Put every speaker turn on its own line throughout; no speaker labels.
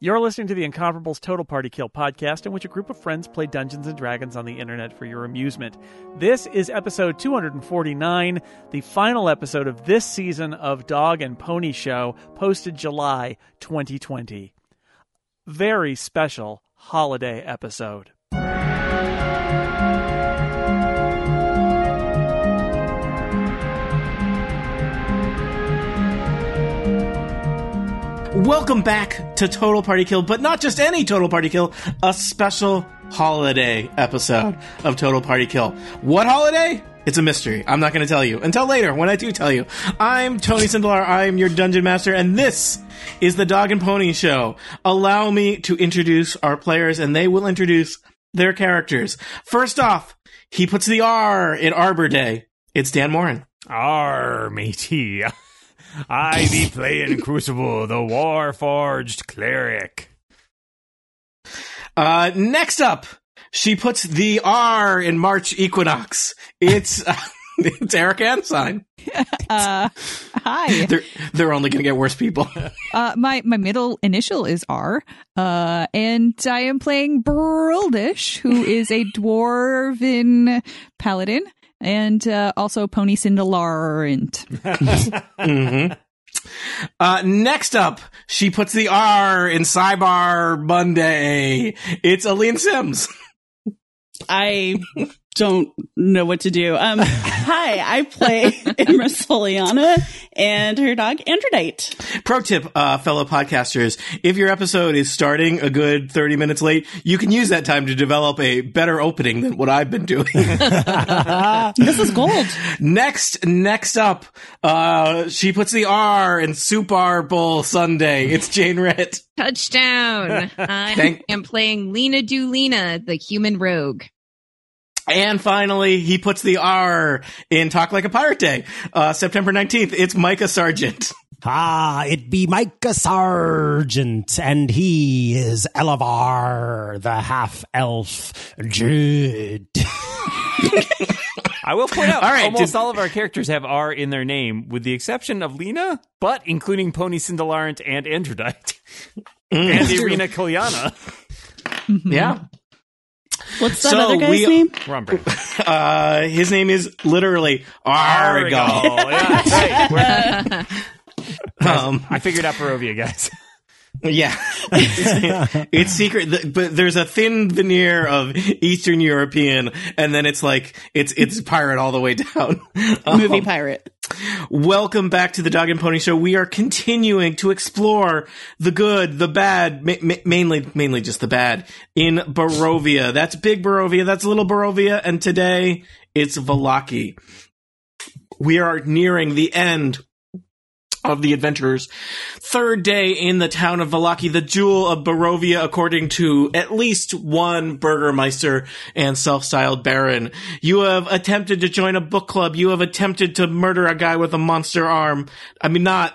You're listening to the Incomparables Total Party Kill podcast, in which a group of friends play Dungeons and Dragons on the internet for your amusement. This is episode 249, the final episode of this season of Dog and Pony Show, posted July 2020. Very special holiday episode.
Welcome back to Total Party Kill, but not just any Total Party Kill, a special holiday episode of Total Party Kill. What holiday? It's a mystery. I'm not going to tell you until later when I do tell you. I'm Tony Sindelar. I'm your dungeon master, and this is the Dog and Pony Show. Allow me to introduce our players, and they will introduce their characters. First off, he puts the R in Arbor Day. It's Dan Morin.
Arr, matey. I be playing Crucible, the war-forged cleric.
Uh, next up, she puts the R in March Equinox. It's uh, it's Eric Ansign.
Uh, hi.
They're they're only going to get worse people.
Uh, my my middle initial is R, uh, and I am playing Brildish, who is a dwarven paladin, and uh, also Pony Cindelarant.
hmm Uh, next up, she puts the R in Cybar Monday. It's Aline Sims.
I don't know what to do. Um, hi, I play Imra Soliana and her dog Androdite.
Pro tip, uh, fellow podcasters, if your episode is starting a good 30 minutes late, you can use that time to develop a better opening than what I've been doing.
Uh, This is gold.
Next, next up, uh, she puts the R in Super Bowl Sunday. It's Jane Rett.
Touchdown. I
Thank-
am playing Lena Dulina, the human rogue.
And finally, he puts the R in Talk Like a Pirate Day, uh, September 19th. It's Micah Sargent.
Ah, it be Micah Sargent, and he is Elevar, the half elf Jude.
I will point out,
All right,
almost
did-
all of our characters have R in their name, with the exception of Lena, but including Pony Cindelarant and Androdite. and Irina Kalyana.
Yeah.
What's that
So
other guy's
we-
name?
We're on break.
Uh, his name is literally Argal.
Yeah, right. We're-
Um,
I figured out Barovia, guys.
yeah. it's secret, th- but there's a thin veneer of Eastern European, and then it's like, it's, it's pirate all the way down. Um,
Movie pirate.
Welcome back to the Dog and Pony Show. We are continuing to explore the good, the bad, ma- ma- mainly, mainly just the bad in Barovia. That's big Barovia. That's little Barovia. And today it's Valaki. We are nearing the end of the adventurers. Third day in the town of Valaki, the jewel of Barovia, according to at least one burgermeister and self-styled baron. You have attempted to join a book club. You have attempted to murder a guy with a monster arm. I mean, not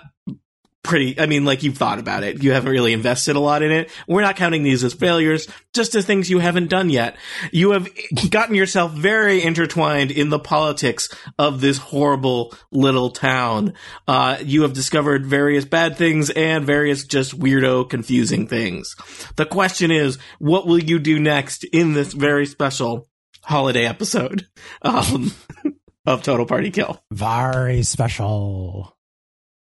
pretty. I mean, like you've thought about it. You haven't really invested a lot in it. We're not counting these as failures, just as things you haven't done yet. You have gotten yourself very intertwined in the politics of this horrible little town. Uh, you have discovered various bad things and various just weirdo, confusing things. The question is, what will you do next in this very special holiday episode um, of Total Party Kill?
Very special.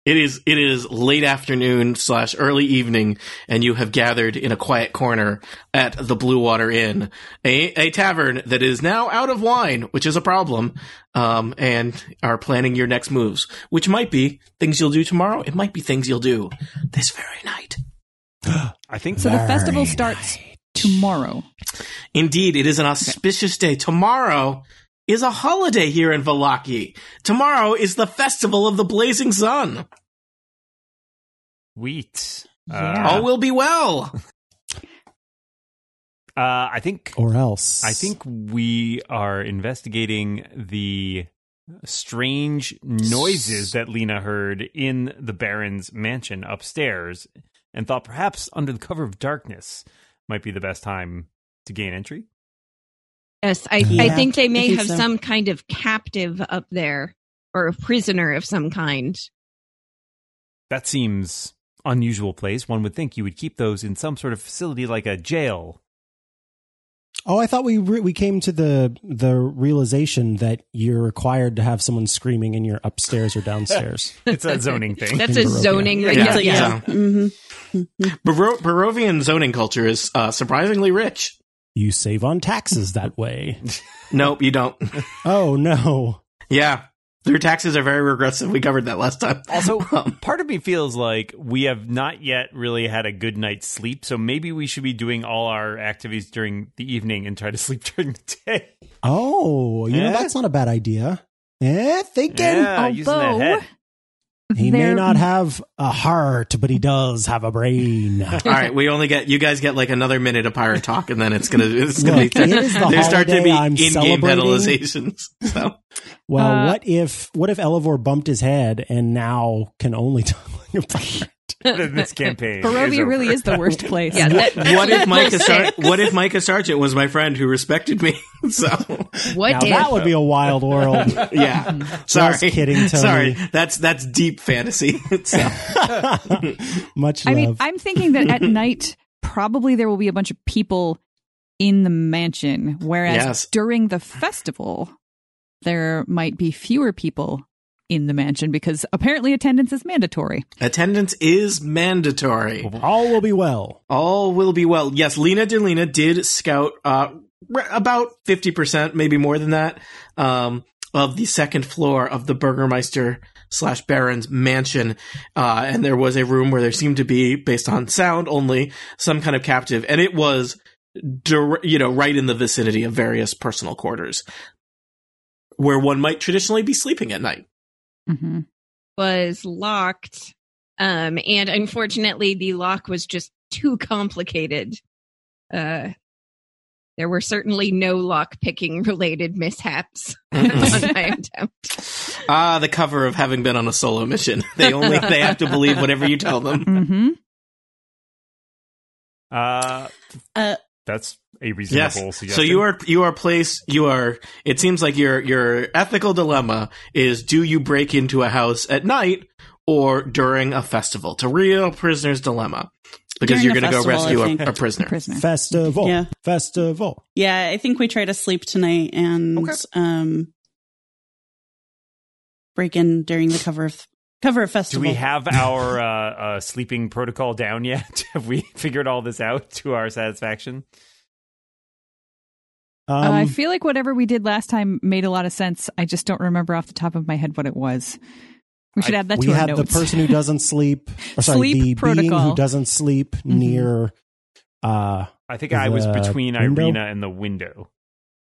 It is it is late afternoon slash early evening, and you have gathered in a quiet corner at the Blue Water Inn, a, a tavern that is now out of wine, which is a problem, um, and are planning your next moves, which might be things you'll do tomorrow. It might be things you'll do this very night.
I think
So the
Very
festival starts tomorrow.
Indeed, it is an auspicious day. Tomorrow is a holiday here in Valaki. Tomorrow is the festival of the blazing sun.
Wheat.
Yeah.
Ah.
All will be well.
Uh, uh, I think
Or else.
I think we are investigating the strange noises that Lena heard in the Baron's mansion upstairs and thought perhaps under the cover of darkness might be the best time to gain entry.
Yes, I, I
Yeah,
think they
I
may
think
have
so.
some kind of captive up there or a prisoner of some kind.
That seems unusual place. One would think you would keep those in some sort of facility like a jail.
Oh, I thought we re- we came to the the realization that you're required to have someone screaming in your upstairs or downstairs.
It's a zoning thing.
That's a
Barovia.
zoning
Yeah.
It's
regulation.
like, yeah. Mhm.
Baro- Barovian zoning culture is uh, surprisingly rich.
you save on taxes that way.
Nope, you don't.
Oh no.
Yeah. Their taxes are very regressive. We covered that last time.
Also,
Um,
part of me feels like we have not yet really had a good night's sleep, so maybe we should be doing all our activities during the evening and try to sleep during the day.
Oh, you know
Eh?
that's not a bad idea. Eh, thinking.
Yeah, using that
Although-
head.
He may
There-
not have a heart, but he does have a brain.
all right, we only get you guys get like another minute of pirate talk, and then it's gonna it's gonna
Look,
be
it is the
there start to
holiday
be
I'm
in-game
celebrating.
penalizations. So
Well,
Uh,
what if what if Elevor bumped his head and now can only talk like a pirate?
in this campaign.
Barovia
over.
really is the worst place.
Yeah, that-
what if Micah Sar- what if Micah Sargent was my friend who respected me? So
What
now
if?
that would be a wild world.
yeah, sorry,
Just kidding, Tony.
sorry. That's that's deep fantasy. So,
Much
I
love.
mean, I'm thinking that at night, probably there will be a bunch of people in the mansion, whereas
Yes.
during the festival, there might be fewer people in the mansion because apparently attendance is mandatory.
attendance is mandatory.
All will be well.
All will be well. Yes, Lena Delina did scout uh, r- about fifty percent, maybe more than that, um, of the second floor of the Burgermeister slash Baron's mansion, uh, and there was a room where there seemed to be, based on sound only, some kind of captive, and it was, dir- you know, right in the vicinity of various personal quarters, where one might traditionally be sleeping at night.
hmm
was locked. Um, and unfortunately, the lock was just too complicated. Uh, there were certainly no lock picking related mishaps on my attempt.
Mm-hmm. ah, the cover of having been on a solo mission. They only they have to believe whatever you tell them.
hmm
Uh,
Uh,
that's a reasonable
Yes.
suggestion.
So you are you are placed you are it seems like your your ethical dilemma is do you break into a house at night or during a festival? It's a real prisoner's dilemma. Because
During
you're going
a
to go
festival, I
rescue
think.
a, a prisoner.
Prisoner.
Festival.
Yeah.
Festival.
Yeah, I think we try to sleep tonight and
Okay.
um break in during the cover of cover of
Do
festival.
we have our uh, uh, sleeping protocol down yet? have we figured all this out to our satisfaction?
Um,
Oh, I feel like whatever we did last time made a lot of sense. I just don't remember off the top of my head what it was. We should
I-
add that
we
to our
had
notes.
the person who doesn't sleep, or sorry,
Sleep
the being
protocol. Mm-hmm.
who doesn't sleep near. Uh,
I think I was
The
between
window?
Irina and the window.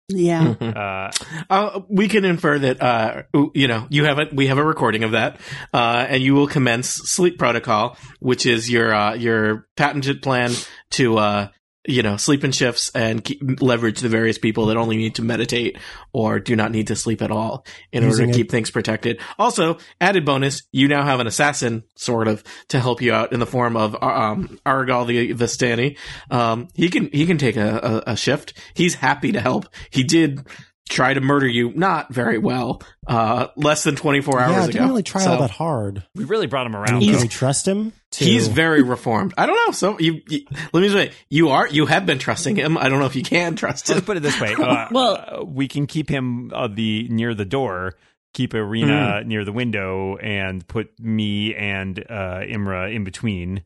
Yeah.
Mhm.
Uh,
Uh, we can infer that uh, you know you have a, we have a recording of that, uh, and you will commence sleep protocol, which is your uh, your patented plan to uh, you know sleep in shifts and keep, leverage the various people that only need to meditate or do not need to sleep at all in
Using
order to
it-
keep things protected. Also, added bonus, you now have an assassin sort of to help you out in the form of um, Argal the Vistani. Um, he can he can take a, a, a shift. He's happy to help. He did try to murder you not very well uh less than 24 hours
yeah, I
ago
didn't really try
So,
all that hard.
we really brought him
I
around.
mean, can
though.
we trust him? To,
he's very reformed i don't know so you, you let me say you are you have been trusting him i don't know if you can trust him
Let's put it this way. Uh,
Well-
uh, we can keep him uh, the near the door, keep
Mm.
Arena near the window, and put me and uh, Imra in between,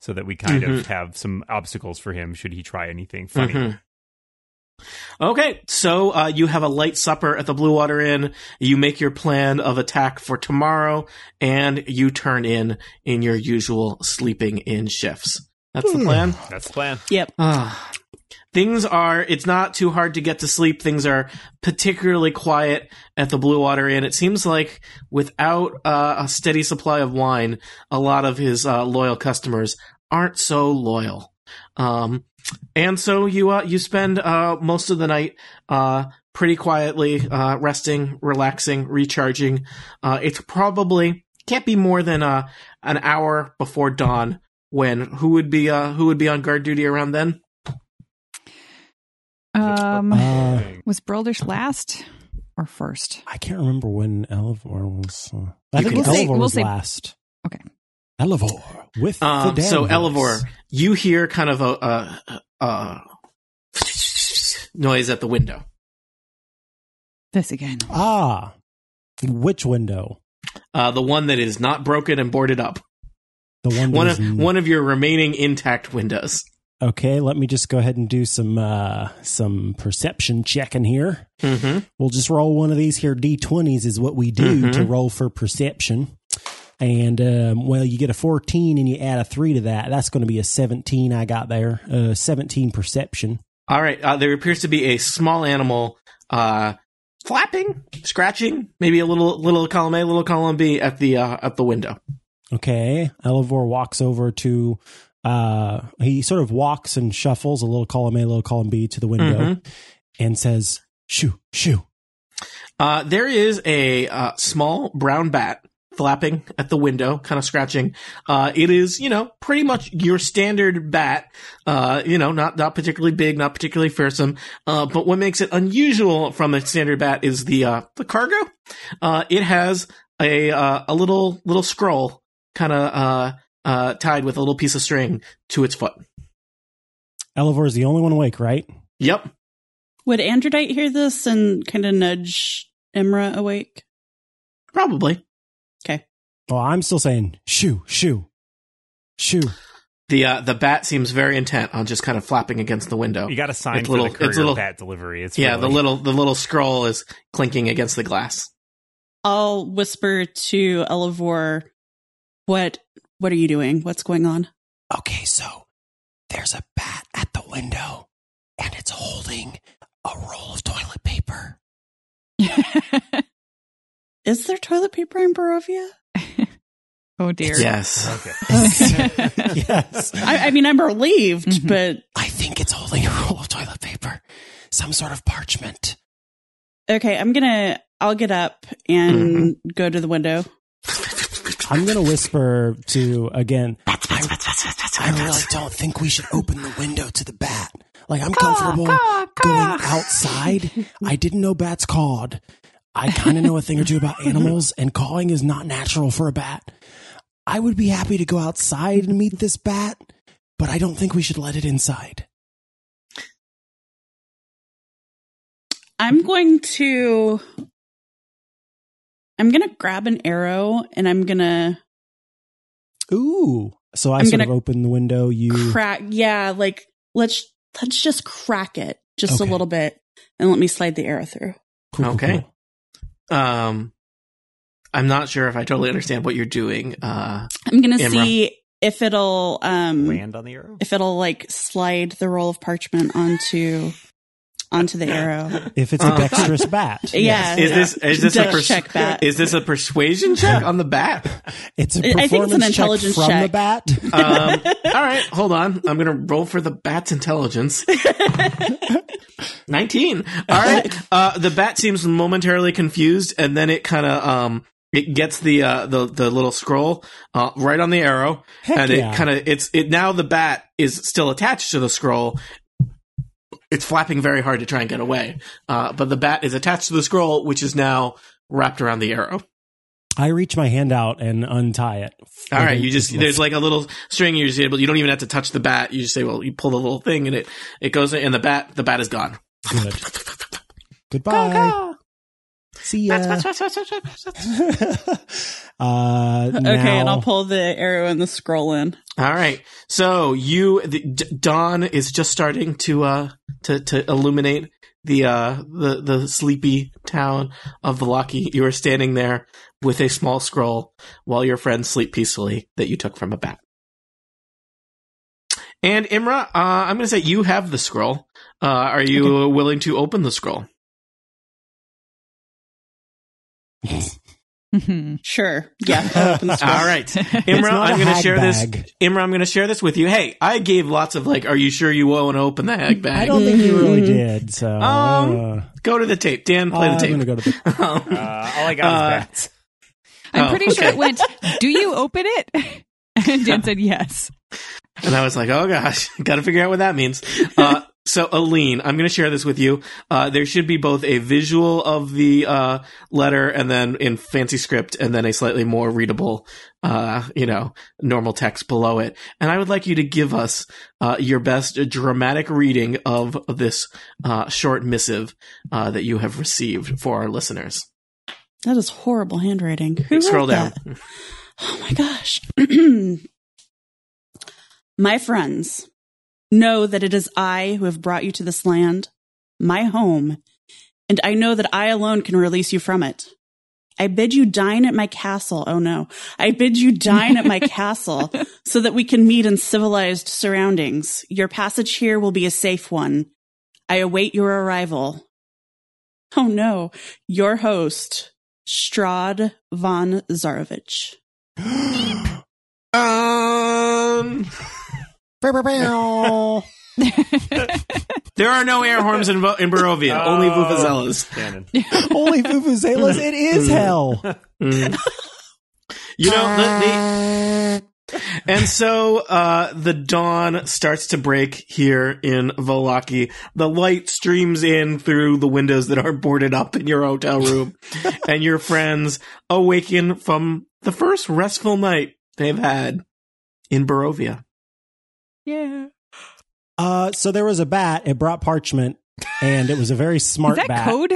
so that we kind of
Mm-hmm.
have some obstacles for him should he try anything funny.
Mhm. Okay, so uh, you have a light supper at the Blue Water Inn. You make your plan of attack for tomorrow, and you turn in in your usual sleeping in shifts. That's the
Hmm.
plan.
That's the plan.
Yep.
Ah. Things are, it's not too hard to get to sleep. Things are particularly quiet at the Blue Water Inn. It seems like without uh, a steady supply of wine, a lot of his uh, loyal customers aren't so loyal. Um, and so you, uh, you spend uh, most of the night uh, pretty quietly uh, resting, relaxing, recharging. Uh, it's probably, can't be more than uh, an hour before dawn when who would be uh who would be on guard duty around then?
um,
Uh,
was Broldish last or first?
I can't remember when Elevor was. uh, I
You
think
can-
Elevor
We'll
was
say-
last. Elevor with
Um,
the
so
damn
Elevor,
voice.
you hear kind of a, a, a noise at the window.
This again.
Ah, which window?
Uh, the one that is not broken and boarded up.
The one.
One
that's
of
n-
one of your remaining intact windows.
Okay, let me just go ahead and do some uh some perception checking here.
Mm-hmm.
We'll just roll one of these here d20s is what we do to
Mhm.
roll for perception. And um, well, you get a 14 and you add a 3 to that. That's going to be a 17 I got there. Uh 17 perception.
All right. Uh, there appears to be a small animal uh, flapping, scratching, maybe a little little column A, little column B at the uh, at the window.
Okay. Elevor walks over to uh he sort of walks and shuffles a little column A, little column B to the window
Mhm.
and says, "Shoo, shoo."
Uh, there is a uh, small brown bat flapping at the window, kind of scratching. Uh, it is, you know, pretty much your standard bat. Uh, you know, not not particularly big, not particularly fearsome. Uh, but what makes it unusual from a standard bat is the uh, the cargo. Uh, it has a uh, a little little scroll, kind of uh, uh, tied with a little piece of string to its foot.
Elevor is the only one awake, right?
Yep.
Would Androdite hear this and kind of nudge Emra awake?
Probably
Well, I'm still saying, "Shoo, shoo." Shoo.
the uh, the bat seems very intent on just kind of flapping against the window.
You got a sign
It's
for
little-
the
it's
courier
little-
bat delivery. It's
yeah,
really-
the little the little scroll is clinking against the glass.
I'll whisper to Elevor, "What? What are you doing? What's going on?"
Okay, so there's a bat at the window and it's holding a roll of toilet paper.
Is there toilet paper in Barovia?
oh dear.
Yes.
Okay.
yes.
I, I mean, I'm relieved,
Mhm.
Mm-hmm.
but
I think it's holding a roll of toilet paper, some sort of parchment.
okay. I'm gonna. I'll get up and
Mm-hmm.
go to the window.
I'm going to whisper to again. I really don't think we should open the window to the bat. Like, I'm comfortable going outside. I didn't know bats cawed. I kind of know a thing or two about animals, and cawing is not natural for a bat. I would be happy to go outside and meet this bat, but I don't think we should let it inside.
I'm going to. I'm gonna grab an arrow and I'm gonna
Ooh. So I
I'm
sort
gonna
of open the window. You.
crack. Yeah, like let's let's just crack it just
Okay.
a little bit and let me slide the arrow through.
Cool, cool,
Okay.
cool.
Um, I'm not sure if I totally understand what you're doing. Uh,
I'm gonna
Imra.
see if it'll um
land on the arrow.
if it'll like slide the roll of parchment onto onto the arrow.
If it's a
Uh,
dexterous bat.
Yeah.
is this is this a
Dex
pers-
check that.
is this a persuasion check on the bat?
It's a
I- I think
performance
it's an intelligence
check from the
check.
bat.
Um, all right, hold on. I'm gonna roll for the bat's intelligence. Nineteen. All right. Uh, the bat seems momentarily confused, and then it kind of um, it gets the uh, the the little scroll uh, right on the arrow,
Heck
and
yeah.
it kind of it's it now the bat is still attached to the scroll. It's flapping very hard to try and get away, uh, but the bat is attached to the scroll, which is now wrapped around the arrow.
I reach my hand out and untie it.
All right, you just
Like-
there's like a little string you're just able. You don't even have to touch the bat. You just say, well, you pull the little thing, and it it goes, in, and the bat the bat is gone.
Good. Goodbye. See ya. uh,
okay, and I'll pull the arrow and the scroll in.
All right. So you, the, D- dawn is just starting to uh to to illuminate the uh the the sleepy town of Velaki. You are standing there with a small scroll while your friends sleep peacefully that you took from a bat. And Imra, uh, I'm going to say you have the scroll. Uh, are you willing to open the scroll?
Mhm.
Sure. Yeah. I'll open the scroll.
All right. Imra,
not
I'm
a
going to
hag
share
bag.
this. Imra, I'm going to share this with you. Hey, I gave lots of like, are you sure you want to open the hag bag?
I don't think you really
Mhm.
did. So
Um, Go to the tape, Dan.
uh,
Play the
I'm gonna
tape. Um,
go to the.
Uh, all I got
Uh,
is bats.
I'm
Oh,
pretty sure it went, Do you open it? And Dan said yes.
and I was like, oh gosh, got to figure out what that means. Uh, So, Aline, I'm going to share this with you. Uh, there should be both a visual of the uh, letter and then in fancy script, and then a slightly more readable, uh, you know, normal text below it. And I would like you to give us uh, your best dramatic reading of this uh, short missive uh, that you have received for our listeners.
That is horrible handwriting. Who
Scroll
wrote
down.
that? Oh my gosh. my friends, know that it is I who have brought you to this land, my home, and I know that I alone can release you from it. I bid you dine at my castle. Oh no. I bid you dine at my castle so that we can meet in civilized surroundings. Your passage here will be a safe one. I await your arrival. Oh no. Your host, Strad von Zarovich.
Um,
Bow, bow, bow.
there are no air horns in, Bo- in Barovia, only
Oh.
vuvuzelas.
Shannon.
Holy vuvuzelas! It is hell.
You know, the, the, And so uh, the dawn starts to break here in Volaki. The light streams in through the windows that are boarded up in your hotel room, and your friends awaken from the first restful night they've had in Barovia.
Yeah.
Uh, so there was a bat. It brought parchment, and it was a very
Is
smart
that
bat.
code?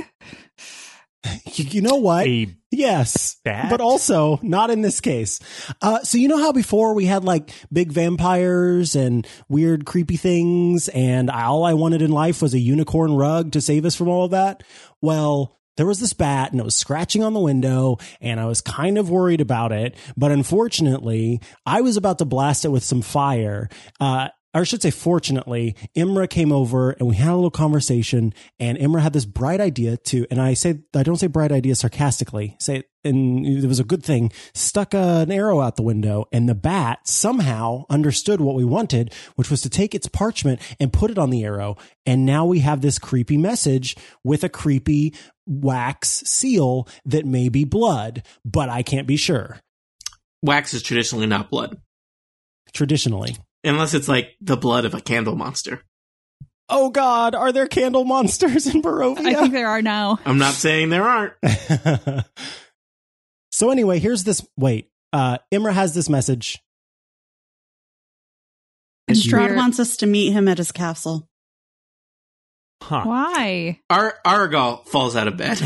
You you know what?
A
Yes.
bat?
But also not in this case. Uh, so you know how before we had like big vampires and weird creepy things and all I wanted in life was a unicorn rug to save us from all of that? Well, there was this bat and it was scratching on the window and I was kind of worried about it. But unfortunately, I was about to blast it with some fire. Uh, or I should say, fortunately, Imra came over and we had a little conversation. And Imra had this bright idea to, and I say, I don't say bright idea sarcastically, say it, and it was a good thing, stuck an arrow out the window. And the bat somehow understood what we wanted, which was to take its parchment and put it on the arrow. And now we have this creepy message with a creepy wax seal that may be blood, but I can't be sure
Wax is traditionally not blood,
traditionally.
unless it's like the blood of a candle monster.
Oh God, are there candle monsters in Barovia?
I think there are now.
I'm not saying there aren't.
so anyway, here's this. Wait, uh, Imra has this message.
And Strahd
Weird.
wants us to meet him at his castle.
Huh.
Why?
Ar- Argal falls out of bed.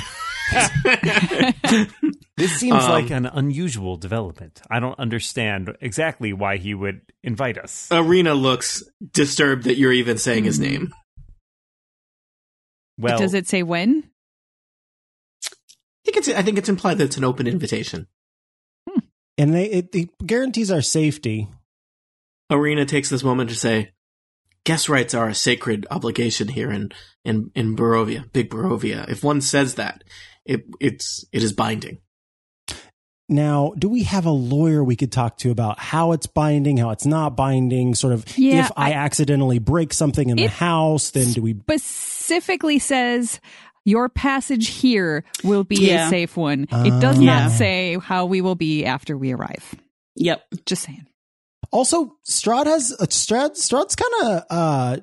This seems
Um,
like an unusual development. I don't understand exactly why he would invite us.
Arena looks disturbed that you're even saying his name.
well,
Does it say when?
I think it's I think it's implied that it's an open invitation.
And they it, it guarantees our safety.
Arena takes this moment to say, "Guest rights are a sacred obligation here in in in Barovia, Big Barovia. If one says that, it it's it is binding.
Now, do we have a lawyer we could talk to about how it's binding, how it's not binding? Sort of,
Yeah,
if I, accidentally break something in the
It-
house, then do we?
Specifically says your passage here will be
Yeah.
a safe one. it does
Ah.
Yeah.
not say how we will be after we arrive.
Yep.
Just saying.
Also, Strad has uh, Strad. Strad's kind of uh,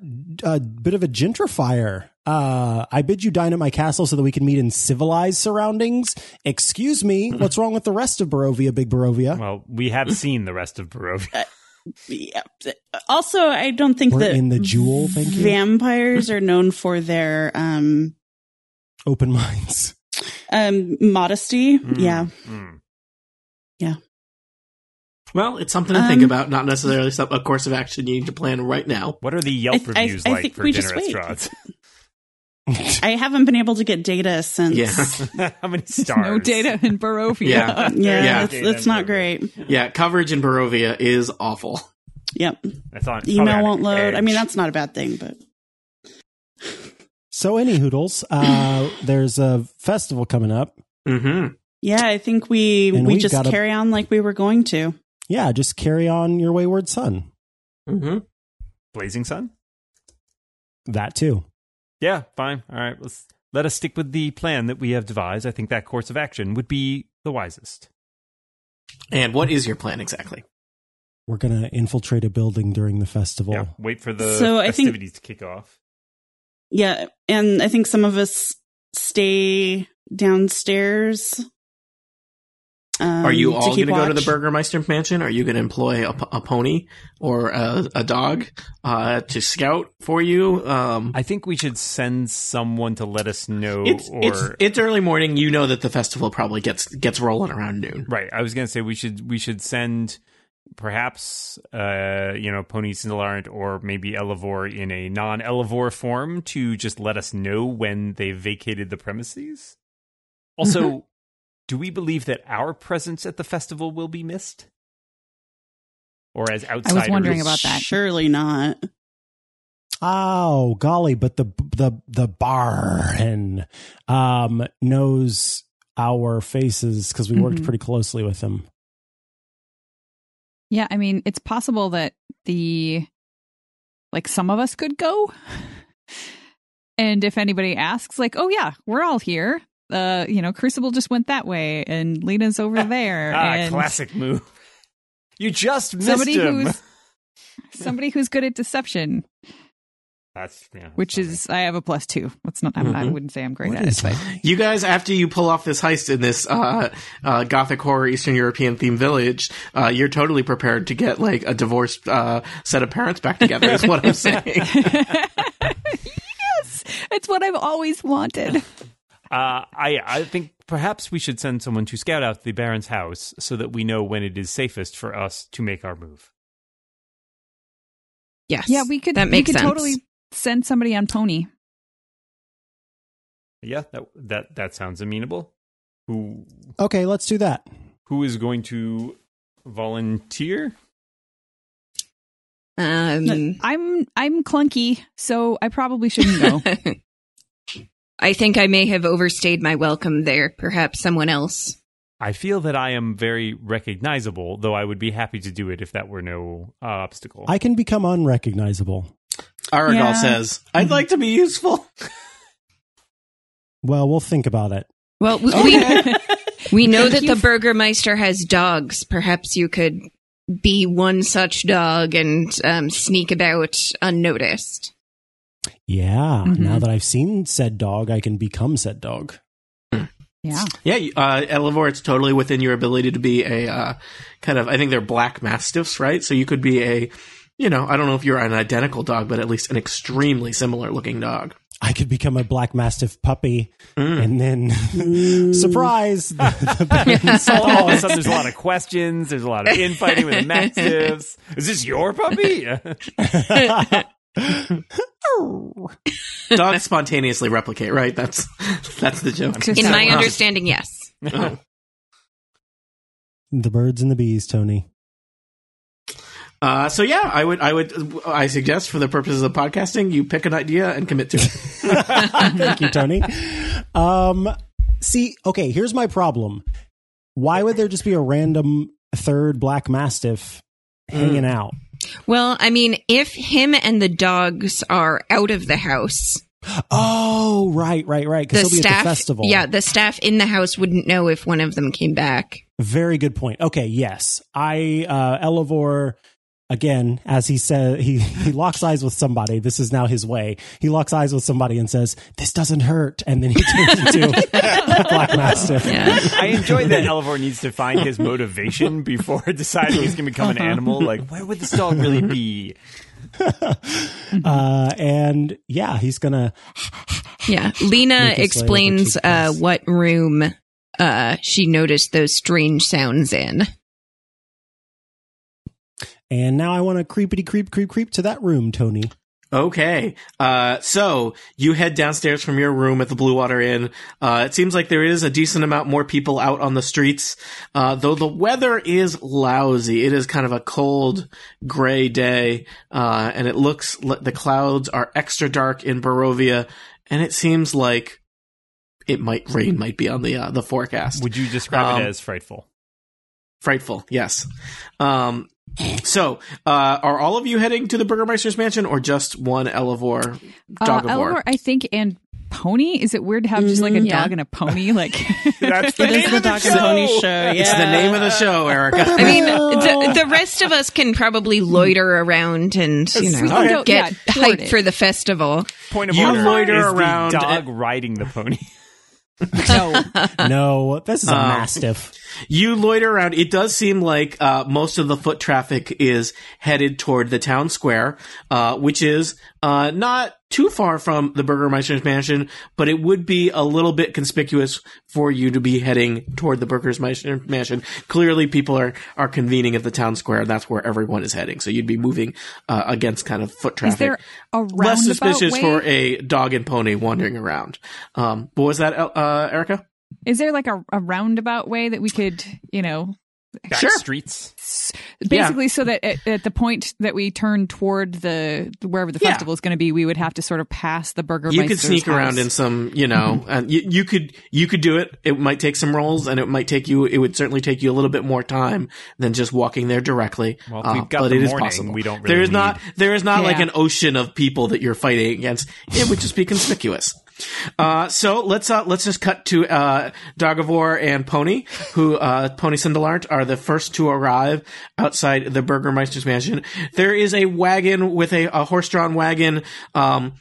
a bit of a gentrifier. Uh, I bid you dine at my castle so that we can meet in civilized surroundings. Excuse me, what's wrong with the rest of Barovia, Big Barovia?
Hmm. well, we have seen the rest of Barovia.
Yeah. Also, I don't think
We're
that
in the jewel, thank you.
vampires are known for their um
Open minds.
um modesty.
Mm,
Yeah.
mm.
Well, it's something to
Um,
think about, not necessarily some, a course of action you need to plan right now.
What are the Yelp
I- I-
reviews
I
like
think
for
we
dinner
just wait.
restaurants?
I haven't been able to get data since.
Yeah.
How many
There's
stars?
no data in Barovia.
Yeah.
Yeah,
Yeah.
that's, that's not great.
Yeah, coverage in Barovia is awful.
Yep.
I thought
Email
probably
won't
on
load. I
edge.
mean, that's not a bad thing, but
So, any hoodles, uh, there's a festival coming up.
Mm-hmm.
yeah, I think we
And
we
we've
just
gotta-
carry on like we were going to.
Yeah, just carry on your wayward son.
Mm-hmm.
Blazing Sun.
That too.
Yeah, fine. All right, let's let us stick with the plan that we have devised. I think that course of action would be the wisest.
And what is your plan exactly?
We're gonna infiltrate a building during the festival.
yeah, wait for the
So I think-
festivities to kick off.
Yeah, and I think some of us stay downstairs. um,
Are you all going
keep
to go to
watch.
the Burgermeister mansion? Are you going to employ a, p- a pony or a, a dog uh, to scout for you? Um,
I think we should send someone to let us know.
it's
or
it's it's early morning. You know that the festival probably gets gets rolling around noon.
right, I was gonna say we should we should send perhaps uh you know Pony Cindelarant or maybe Elevore in a non Elevore form to just let us know when they vacated the premises.
Mm-hmm.
Also, do we believe that our presence at the festival will be missed? Or as outsiders,
wondering about that.
Surely not.
Oh golly, but the the the baron um, knows our faces because we worked
Mhm.
pretty closely with him.
Yeah, I mean, it's possible that the like some of us could go. And if anybody asks, like, oh yeah, we're all here. Uh, you know, Crucible just went that way and Lena's over there.
Ah,
and
classic move. You just missed
somebody
him.
who's somebody who's good at deception,
That's yeah,
which
sorry.
is I have a plus two. Let's not I'm, I
Mhm.
wouldn't say I'm great
What
at
is
it, but
that?
You guys, after you pull off this heist in this uh, uh, Gothic horror Eastern European themed village, uh, you're totally prepared to get like a divorced uh, set of parents back together. is what I'm saying.
yes, it's what I've always wanted.
Uh, I I think perhaps we should send someone to scout out the Baron's house so that we know when it is safest for us to make our move.
Yes.
Yeah, we could.
That
we
makes
could
sense.
totally send somebody on pony.
Yeah, that that that sounds amenable. Who
Okay, let's do that.
who is going to volunteer?
Um,
I'm I'm clunky, so I probably shouldn't go.
I think I may have overstayed my welcome there. Perhaps someone else.
I feel that I am very recognizable, though I would be happy to do it if that were no uh, obstacle.
I can become unrecognizable.
Aragal
Yeah.
says, "I'd like to be useful."
Well, we'll think about it.
Well, we we, we know that the Burgermeister has dogs. Perhaps you could be one such dog and um, sneak about unnoticed.
Yeah. Now
Mhm.
that I've seen said dog, I can become said dog.
yeah,
Yeah, you- uh, Elevore, it's totally within your ability to be a uh, kind of. I think they're black mastiffs, right? So you could be a, you know, I don't know if you're an identical dog, but at least an extremely similar looking dog.
I could become a black mastiff puppy,
Mm.
and then surprise, the, the baron's
All of a
dog.
sudden, there's a lot of questions. There's a lot of infighting with the mastiffs. Is this your puppy?
Dogs spontaneously replicate, right? That's that's the joke.
In my
Wow.
understanding, yes.
the birds and the bees, Tony.
Uh, so yeah, I would, I would, I suggest for the purposes of podcasting, you pick an idea and commit to it.
Thank you, Tony. Um, see, okay, here's my problem. Why would there just be a random third black mastiff
Hmm.
hanging out?
Well, I mean, if him and the dogs are out of the house,
Oh, right, right, right.
the
Because he'll be
staff,
at the festival.
yeah, the staff in the house wouldn't know if one of them came back.
Very good point. Okay, yes. I uh Elevore again, as he said he he locks eyes with somebody. This is now his way. He locks eyes with somebody and says, This doesn't hurt and then he turns into a black mastiff.
Yeah.
I enjoy that Elevore needs to find his motivation before deciding he's going to become an animal. Like, where would this dog really be?
Uh and yeah, he's gonna
Yeah. Lena
Lucas Lane
explains
with the cheap
uh,
dress.
what room uh, she noticed those strange sounds in.
and now I wanna creepity creep creep creep to that room, Tony.
Okay. Uh, so you head downstairs from your room at the Blue Water Inn. Uh, it seems like there is a decent amount more people out on the streets, uh, though the weather is lousy. It is kind of a cold, gray day, uh, and it looks li- the clouds are extra dark in Barovia, and it seems like it might rain might be on the uh, the forecast.
Would you describe it
Um,
as frightful?
Frightful, yes. Um, so, uh, are all of you heading to the Burgermeister's mansion, or just one Elevore
uh,
Dogavore?
Elevore, I think, and pony? Is it weird to have just like a
Mm,
Mhm.
dog and a pony? Like,
That's the
It
name
is the
of the
Dog and Pony
show.
show. Yeah.
It's the name of the show, Erica.
I mean,
Oh.
the, the rest of us can probably loiter around and you
We
know
can go-
get
yeah, toward
hyped
it.
for the festival.
Point of
You
order
loiter
is
around
the dog
at-
riding the pony.
No, no, this is a
Um,
mastiff.
You loiter around. It does seem like uh, most of the foot traffic is headed toward the town square, uh, which is uh, not too far from the Burgermeister's mansion, but it would be a little bit conspicuous for you to be heading toward the Burgermeister's mansion. Clearly, people are, are convening at the town square, and that's where everyone is heading. So you'd be moving uh, against kind of foot traffic.
is there a roundabout
Less suspicious
way?
for a dog and pony wandering around. Um, what was that, uh, Erica?
is there like a, a roundabout way that we could, you know,
Back
Sure.
streets.
basically so that at, at the point that we turn toward the wherever the
Yeah.
festival is going to be, we would have to sort of pass the burger.
you could sneak around in some you know and you, you could you could do it it might take some rolls and it might take you it would certainly take you a little bit more time than just walking there directly
Well, if
Uh,
we've got
but
the
it is
morning,
possible
we don't
there
really
is not there is not like
Yeah.
an ocean of people that you're fighting against it would just be conspicuous uh, so let's uh, let's just cut to uh, Dogavore and Pony, who uh, Pony Cindelarnt are the first to arrive outside the Burgermeister's mansion. There is a wagon with a, a horse-drawn wagon. Um,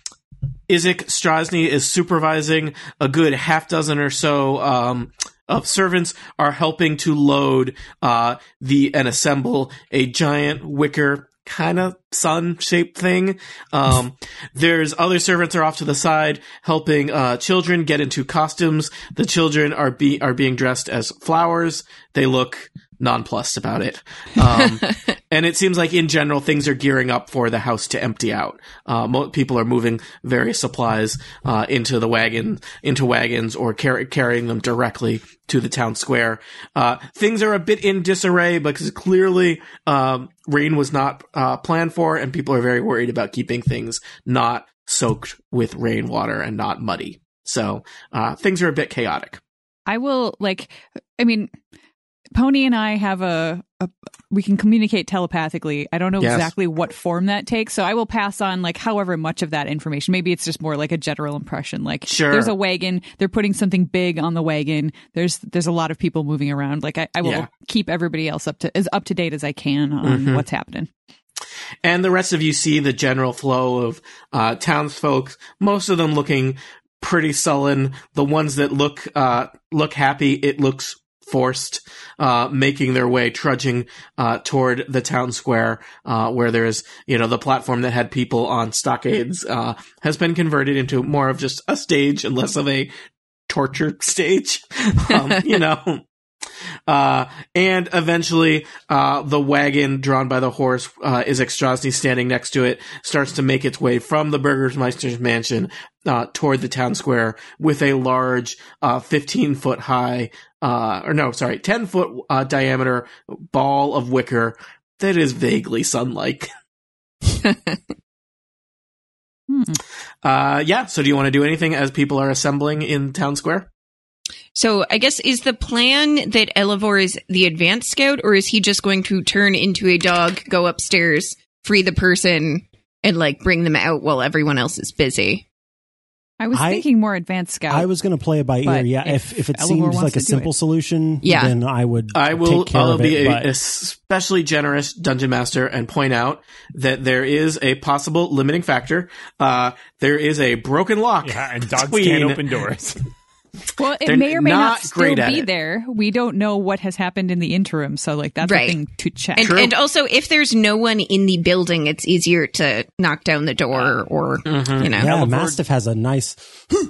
Isaac Strozny is supervising. A good half dozen or so um, of servants are helping to load uh, the and assemble a giant wicker kind of sun shaped thing. Um, there's other servants are off to the side helping uh, children get into costumes. The children are be are being dressed as flowers. They look nonplussed about it. Um, and it seems like in general things are gearing up for the house to empty out. Uh, mo- people are moving various supplies uh, into the wagon, into wagons, or car- carrying them directly to the town square. Uh, things are a bit in disarray because clearly um, rain was not uh, planned for, and people are very worried about keeping things not soaked with rainwater and not muddy. So uh, things are a bit chaotic.
I will like. I mean, Pony and I have a. a we can communicate telepathically. I don't know
Yes.
exactly what form that takes, so I will pass on like however much of that information. Maybe it's just more like a general impression. Like,
Sure.
there's a wagon. They're putting something big on the wagon. There's there's a lot of people moving around. Like, I, I will
Yeah.
keep everybody else up to as up to date as I can on
Mhm.
what's happening.
and the rest of you see the general flow of uh, townsfolk. Most of them looking pretty sullen. The ones that look uh, look happy, it looks forced, uh, making their way trudging uh, toward the town square, uh, where there's you know the platform that had people on stockades uh, has been converted into more of just a stage and less of a torture stage. um, you know. Uh, and eventually, uh, the wagon drawn by the horse, uh, is Extrosny standing next to it, starts to make its way from the Burgersmeister's mansion, uh, toward the town square with a large, uh, 15 foot high, uh, or no, sorry, 10 foot, uh, diameter ball of wicker that is vaguely sun-like.
Hmm.
Uh, yeah. So do you want to do anything as people are assembling in town square?
So I guess is the plan that Elevor is the advanced scout, or is he just going to turn into a dog, go upstairs, free the person, and like bring them out while everyone else is busy?
I was
I-
thinking more advanced scout.
I was going to play it by ear.
But
Yeah, if
if
if, it
Elevore
seems
wants
like
to
a
do
simple
it.
solution,
Yeah.
then I would.
I will.
Take care
I'll
of
be
it,
a-
but-
especially generous dungeon master and point out that there is a possible limiting factor. Uh, there is a broken lock.
Yeah, and dogs
Between-
can't open doors.
Well,
They're
it may or may
not
not, still
great at
be
it.
there. We don't know what has happened in the interim, so like that's
Right.
a thing to check.
And and also, if there's no one in the building, it's easier to knock down the door or you know.
yeah,
Elevore-
mastiff has a nice.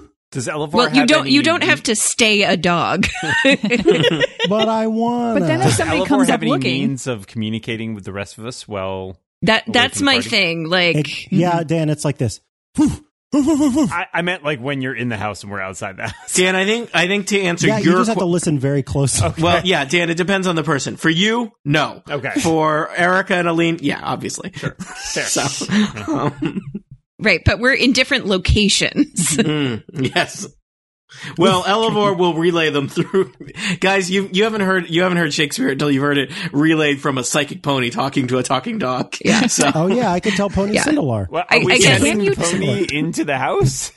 Does Elevore
Well, you
have
don't
any
you don't
unique-
have to stay a dog.
But I want.
but then if somebody
Elevore
comes
have
up
any
looking,
means of communicating with the rest of us? Well,
that
Away
that's
from the
my
party.
thing. Like
yeah, Dan, it's like this. Yeah,
I, I meant like when you're in the house and we're outside the house.
Dan, I think I think to answer
you
your
just have to
que-
listen very closely.
well, yeah, Dan, it depends on the person. For you, no.
Okay.
For Erica and Aline, yeah, obviously.
There.
So, um,
right, but we're in different locations.
Mm, yes. Well, Elevor will relay them through. Guys, you you haven't heard you haven't heard Shakespeare until you've heard it relayed from a psychic pony talking to a talking dog. Yeah. So
Oh yeah, I could tell Pony
Yeah.
Cindelar.
Well, are
I-
we
I guess-
sending
Can you-
Pony into the house?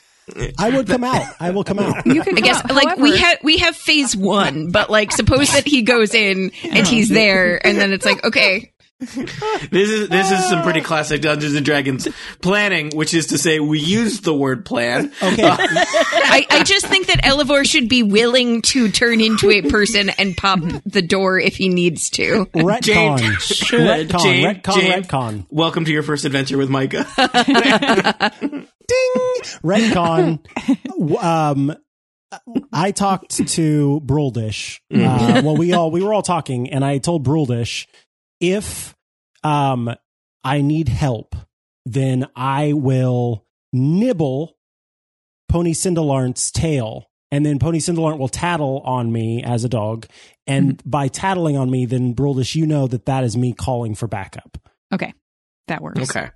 I would come out. I will come out.
You could
I guess
come out.
like we
However-
have we have phase one, but like suppose that he goes in and he's there, and then it's like okay,
This is this is some
Ah.
pretty classic Dungeons and Dragons planning, which is to say, we used the word plan.
Okay.
I, I just think that Elevor should be willing to turn into a person and pop the door if he needs to.
Retcon.
Jane should.
retcon.
Jane-
retcon.
Jane-
Retcon.
Welcome to your first adventure with Micah.
Retcon. W- um, I talked to Bruldish.
Mm-hmm.
Uh, well, we all we were all talking, and I told Bruldish if um I need help, then I will nibble Pony Cindelarn's tail, and then Pony Cindelarn will tattle on me as a dog. And by tattling on me, then Bruldish, you know that that is me calling for backup.
okay, that works.
okay,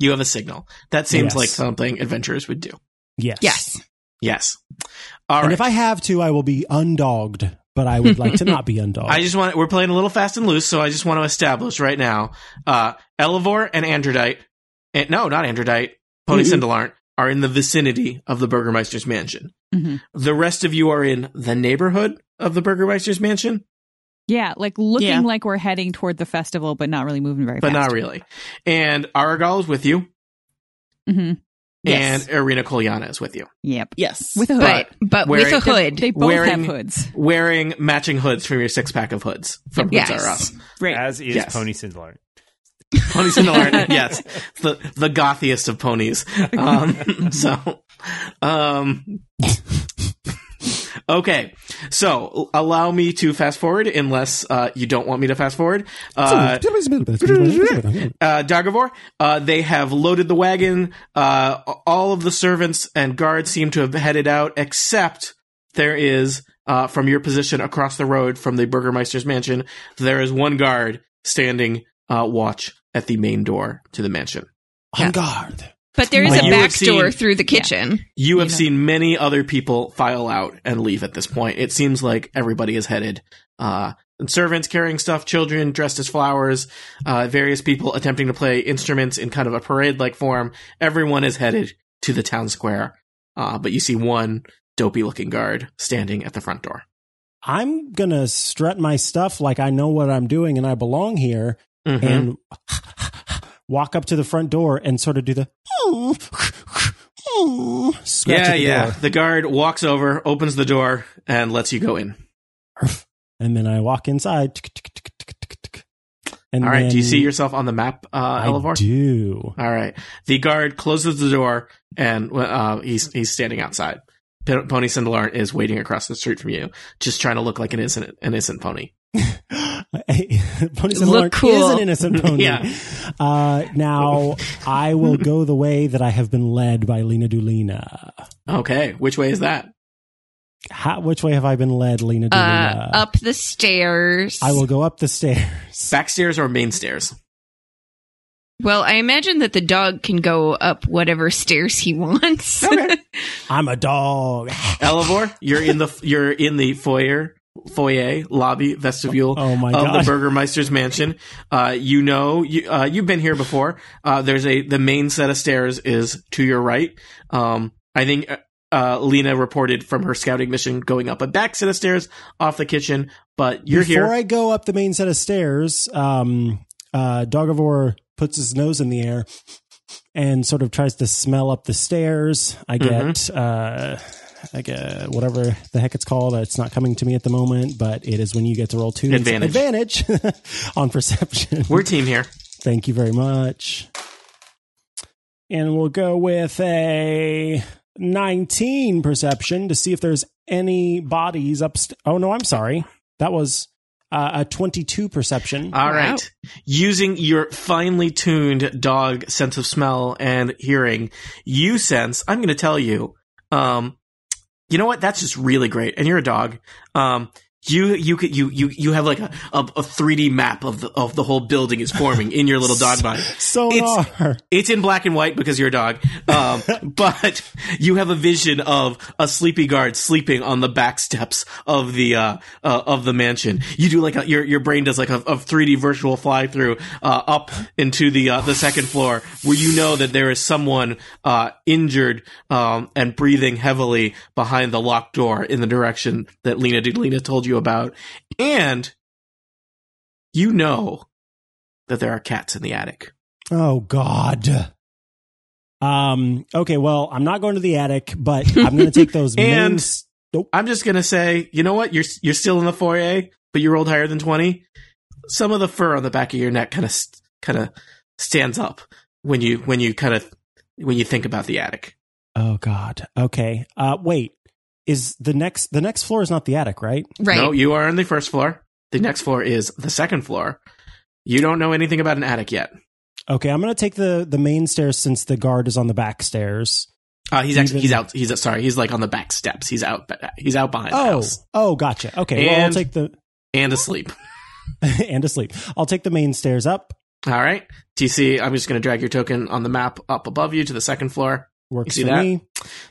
you have a signal. That seems
Yes.
like something adventurers would do.
Yes.
Yes,
Yes. All
and
right.
if I have to, I will be undogged, but I would like to not be undogged.
I just want we're playing a little fast and loose, so I just want to establish right now. Uh Elevor and Androdite and no, not Androdite, Pony
Mm-hmm.
Mm-mm.
Cindelarn are in the vicinity of the Burgermeister's mansion.
Mm-hmm.
Mhm.
The rest of you are in the neighborhood of the Burgermeister's mansion,
Yeah, like looking
Yeah.
like we're heading toward the festival, but not really moving very
but
fast.
not really. And Aragal is with you,
hmm
Yes.
and Irina Kolyana is with you.
Yep.
yes.
With a hood.
but but with
wearing-
a hood.
They both
Wearing-
have hoods.
Wearing matching hoods from your six pack of hoods from
Yes.
Hoods R Us.
right.
As is
Yes.
Pony Sindler.
Pony Cindelarn, yes, the the gothiest of ponies. Um, so, um, okay, so allow me to fast forward, unless uh, you don't want me to fast forward. Uh, uh, Dagavor, uh, they have loaded the wagon. Uh, all of the servants and guards seem to have headed out, except there is, uh, from your position across the road from the Burgermeister's mansion, there is one guard standing uh, watch at the main door to the mansion.
On guard.
but there is
Like
a
you have
back door
seen-
through the kitchen.
You have
You know.
seen many other people file out and leave at this point. It seems like everybody is headed. Uh, and servants carrying stuff, children dressed as flowers, uh, various people attempting to play instruments in kind of a parade like form. Everyone is headed to the town square. Uh, but you see one dopey looking guard standing at the front door.
I'm gonna strut my stuff like I know what I'm doing and I belong here,
Mhm.
and walk up to the front door and sort of do the. scratch at
yeah,
the
yeah.
door.
The guard walks over, opens the door, and lets you go in.
and then I walk inside. And
All right. do you
then
see yourself on the map, uh,
I
Elevor?
do.
All right. The guard closes the door, and uh, he's he's standing outside. P- pony Cindelarn is waiting across the street from you, just trying to look like an innocent an innocent pony.
Pony
Look
Look
cool.
is an innocent pony.
Yeah.
Uh, now I will go the way that I have been led by Lena Dulina.
Okay, which way is that?
How, which way have I been led, Lena
Uh,
Dulina?
up the stairs.
I will go up the stairs.
Back stairs or main stairs?
Well, I imagine that the dog can go up whatever stairs he wants.
I'm a dog.
Elevor, you're in the you're in the foyer foyer lobby vestibule.
Oh my
of
god!
the Burgermeister's mansion. Uh, you know, you, uh, you've been here before. Uh, there's a the main set of stairs is to your right. Um, I think uh, uh, Lena reported from her scouting mission going up a back set of stairs off the kitchen, but you're
Before
here.
I go up the main set of stairs, um, uh, Dogavor puts his nose in the air and sort of tries to smell up the stairs. I get
Mm-hmm.
uh, I get whatever the heck it's called. It's not coming to me at the moment, but it is when you get to roll two
Advantage.
advantage on perception.
We're team here.
Thank you very much. And we'll go with a 19 perception to see if there's any bodies up. oh, no, I'm sorry. That was uh, a 22 perception.
All right, Using your finely tuned dog sense of smell and hearing, you sense, I'm going to tell you, um, you know what? That's just really great. And you're a dog. Um, you you could you you you have like a, a, a 3D map of the of the whole building is forming in your little dog body.
So
It's-
are.
It's in black and white because you're a dog, um, but you have a vision of a sleepy guard sleeping on the back steps of the uh, uh, of the mansion. You do like a, your your brain does like a, a 3D virtual fly through uh, up into the uh, the second floor where you know that there is someone uh, injured um, and breathing heavily behind the locked door in the direction that Lena Dudelina told you about, and you know that there are cats in the attic.
Oh God. Um. Okay. Well, I'm not going to the attic, but I'm going to take those
And-
main s-
I'm just gonna say, you know what? You're you're still in the foyer, but you rolled higher than twenty. Some of the fur on the back of your neck kind of kind of stands up when you when you kind of when you think about the attic.
Oh God. Okay. Uh. Wait. Is the next the next floor is not the attic, right?
Right.
No, you are on the first floor. The next floor is the second floor. You don't know anything about an attic yet.
Okay. I'm going to take the the main stairs since the guard is on the back stairs.
Uh, he's actually
Even-
he's out. He's sorry. He's like on the back steps. He's out. uh, He's out behind the
Oh.
house
Oh. Gotcha. Okay. well, I'll
And-
take the
and asleep.
and asleep. I'll take the main stairs up.
All right, TC. I'm just gonna drag your token on the map up above you to the second floor.
Works
You
for
see that?
me.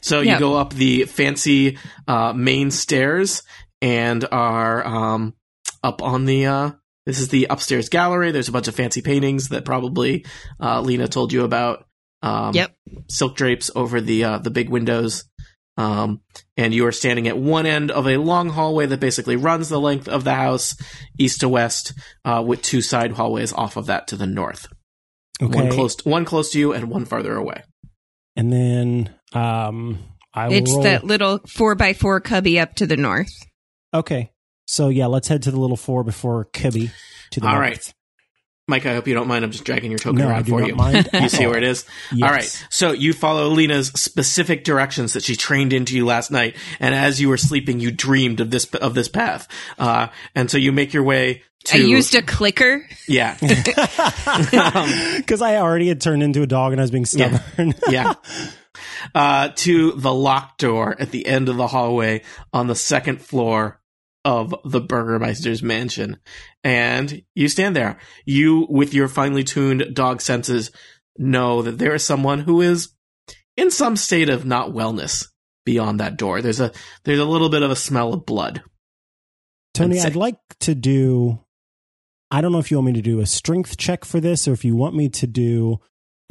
So
Yeah.
you go up the fancy uh, main stairs and are um, up on the. Uh, this is the upstairs gallery. There's a bunch of fancy paintings that probably uh, Lena told you about. Um,
Yep.
Silk drapes over the uh, the big windows. Um, and you are standing at one end of a long hallway that basically runs the length of the house, east to west, uh, with two side hallways off of that to the north.
Okay.
One close, one close to you, and one farther away.
And then um, I will
It's
roll.
that little four by four cubby up to the north.
okay. So yeah, let's head to the little four before Kibby to the
All
north.
right. Mike, I hope you don't mind. I'm just dragging your token
No,
around
I do
for
not
you.
mind.
You see where it is?
Yes.
All right. So you follow Lena's specific directions that she trained into you last night, and as you were sleeping, you dreamed of this of this path, uh, and so you make your way to.
I used a clicker.
yeah,
because I already had turned into a dog and I was being
Yeah.
stubborn.
yeah. Uh, to the locked door at the end of the hallway on the second floor of the Burgermeister's mansion. And you stand there. You, with your finely tuned dog senses, know that there is someone who is in some state of not wellness beyond that door. There's a there's a little bit of a smell of blood.
Tony,
That's it.
I'd like to do. I don't know if you want me to do a strength check for this, or if you want me to do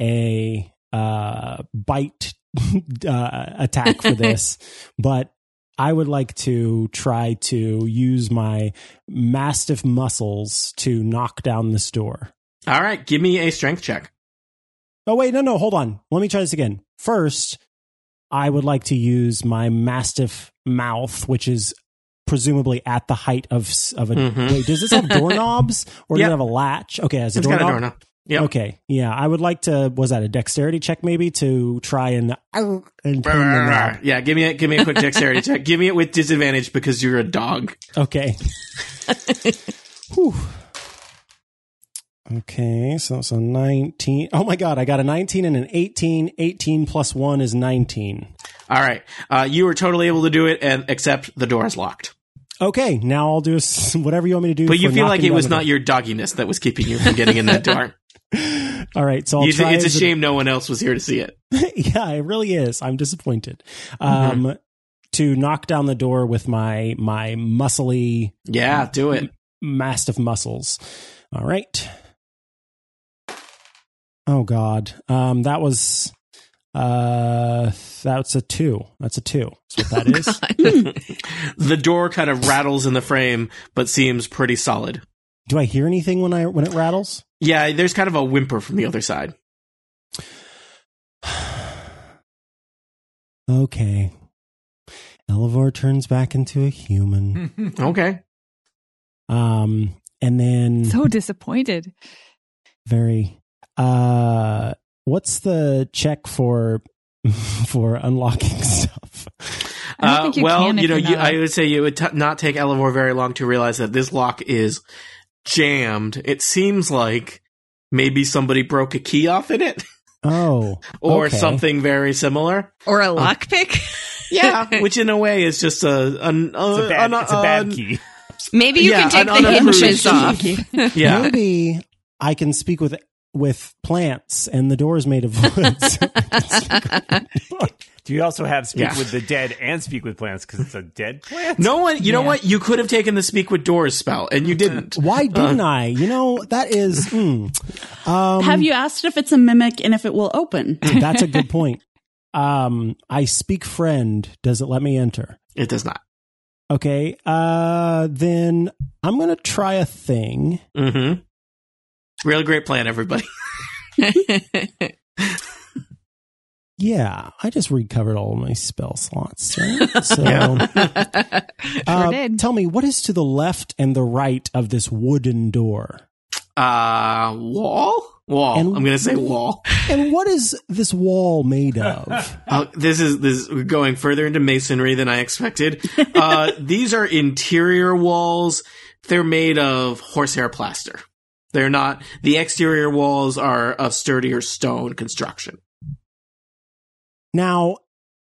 a uh, bite uh, attack for this. but I would like to try to use my mastiff muscles to knock down this door.
All right, give me a strength check.
Oh wait, no, no, hold on. Let me try this again. First, I would like to use my mastiff mouth, which is presumably at the height of s- of a.
Mhm.
Wait, does this have doorknobs or
Yep.
does it have a latch? Okay, it has a
It's got
doorknob.
a doorknob. Yep.
Okay, yeah, I would like to. Was that a dexterity check maybe to try and and turn the knob?
Yeah, give me a give me a quick dexterity check. Give me it with disadvantage because you're a dog.
Okay. Whew. Okay, so so 19. Oh my god, I got a 19 and an 18. 18 plus 1 is 19.
All right. Uh, you were totally able to do it, and except the door is locked.
okay, now I'll do s- whatever you want me to do.
But you
for
feel like
knocking
it was
down
not your dogginess that was keeping you from getting in that door.
the door. All right, so I'll
You-
try.
it's a
as
shame no one else was here to see it.
yeah, it really is. I'm disappointed. Um, To knock down the door with my my muscly
Yeah, do it.
mastiff muscles. All right. Oh God, um, that was uh, that's a two. That's a two. That's what that is.
The door kind of rattles in the frame, but seems pretty solid.
Do I hear anything when I when it rattles?
Yeah, there's kind of a whimper from the other side.
Okay. Elevor turns back into a human.
Okay.
Um, and then
So disappointed.
very, uh, what's the check for, for unlocking stuff?
I don't think you
Uh, well,
can if
you know,
you're
you,
not
I would say it would t- not take Elevor very long to realize that this lock is jammed. It seems like maybe somebody broke a key off in it
Oh,
or
Okay.
something very similar.
Or a lockpick.
Yeah, which in a way is just a an, uh,
It's a bad,
an-
it's a bad
an-
key.
Maybe you
Yeah,
can take
an
the
unapproved
hinges off.
Yeah.
Maybe I can speak with with plants and the door's made of wood. so I can speak with them.
Do you also have speak
Yeah.
with the dead and speak with plants because it's a dead plant?
No one, you know
Yeah.
what? You could have taken the speak with doors spell, and you didn't.
Uh.
Why didn't I? You know, that is mm, um, hmm,
Have you asked if it's a mimic and if it will open?
that's a good point. Um I speak friend. Does it let me enter?
It does not.
Okay. Uh then I'm gonna try a thing.
Mm-hmm. Really great plan, everybody.
Yeah, I just recovered all my spell slots. right? So
Yeah.
uh,
did.
tell me, what is to the left and the right of this wooden door?
Uh, wall, wall.
And-
I'm gonna say wall.
And what is this wall made of?
Uh, this is this is going further into masonry than I expected. Uh, these are interior walls. They're made of horsehair plaster. They're not. The exterior walls are of sturdier stone construction.
Now,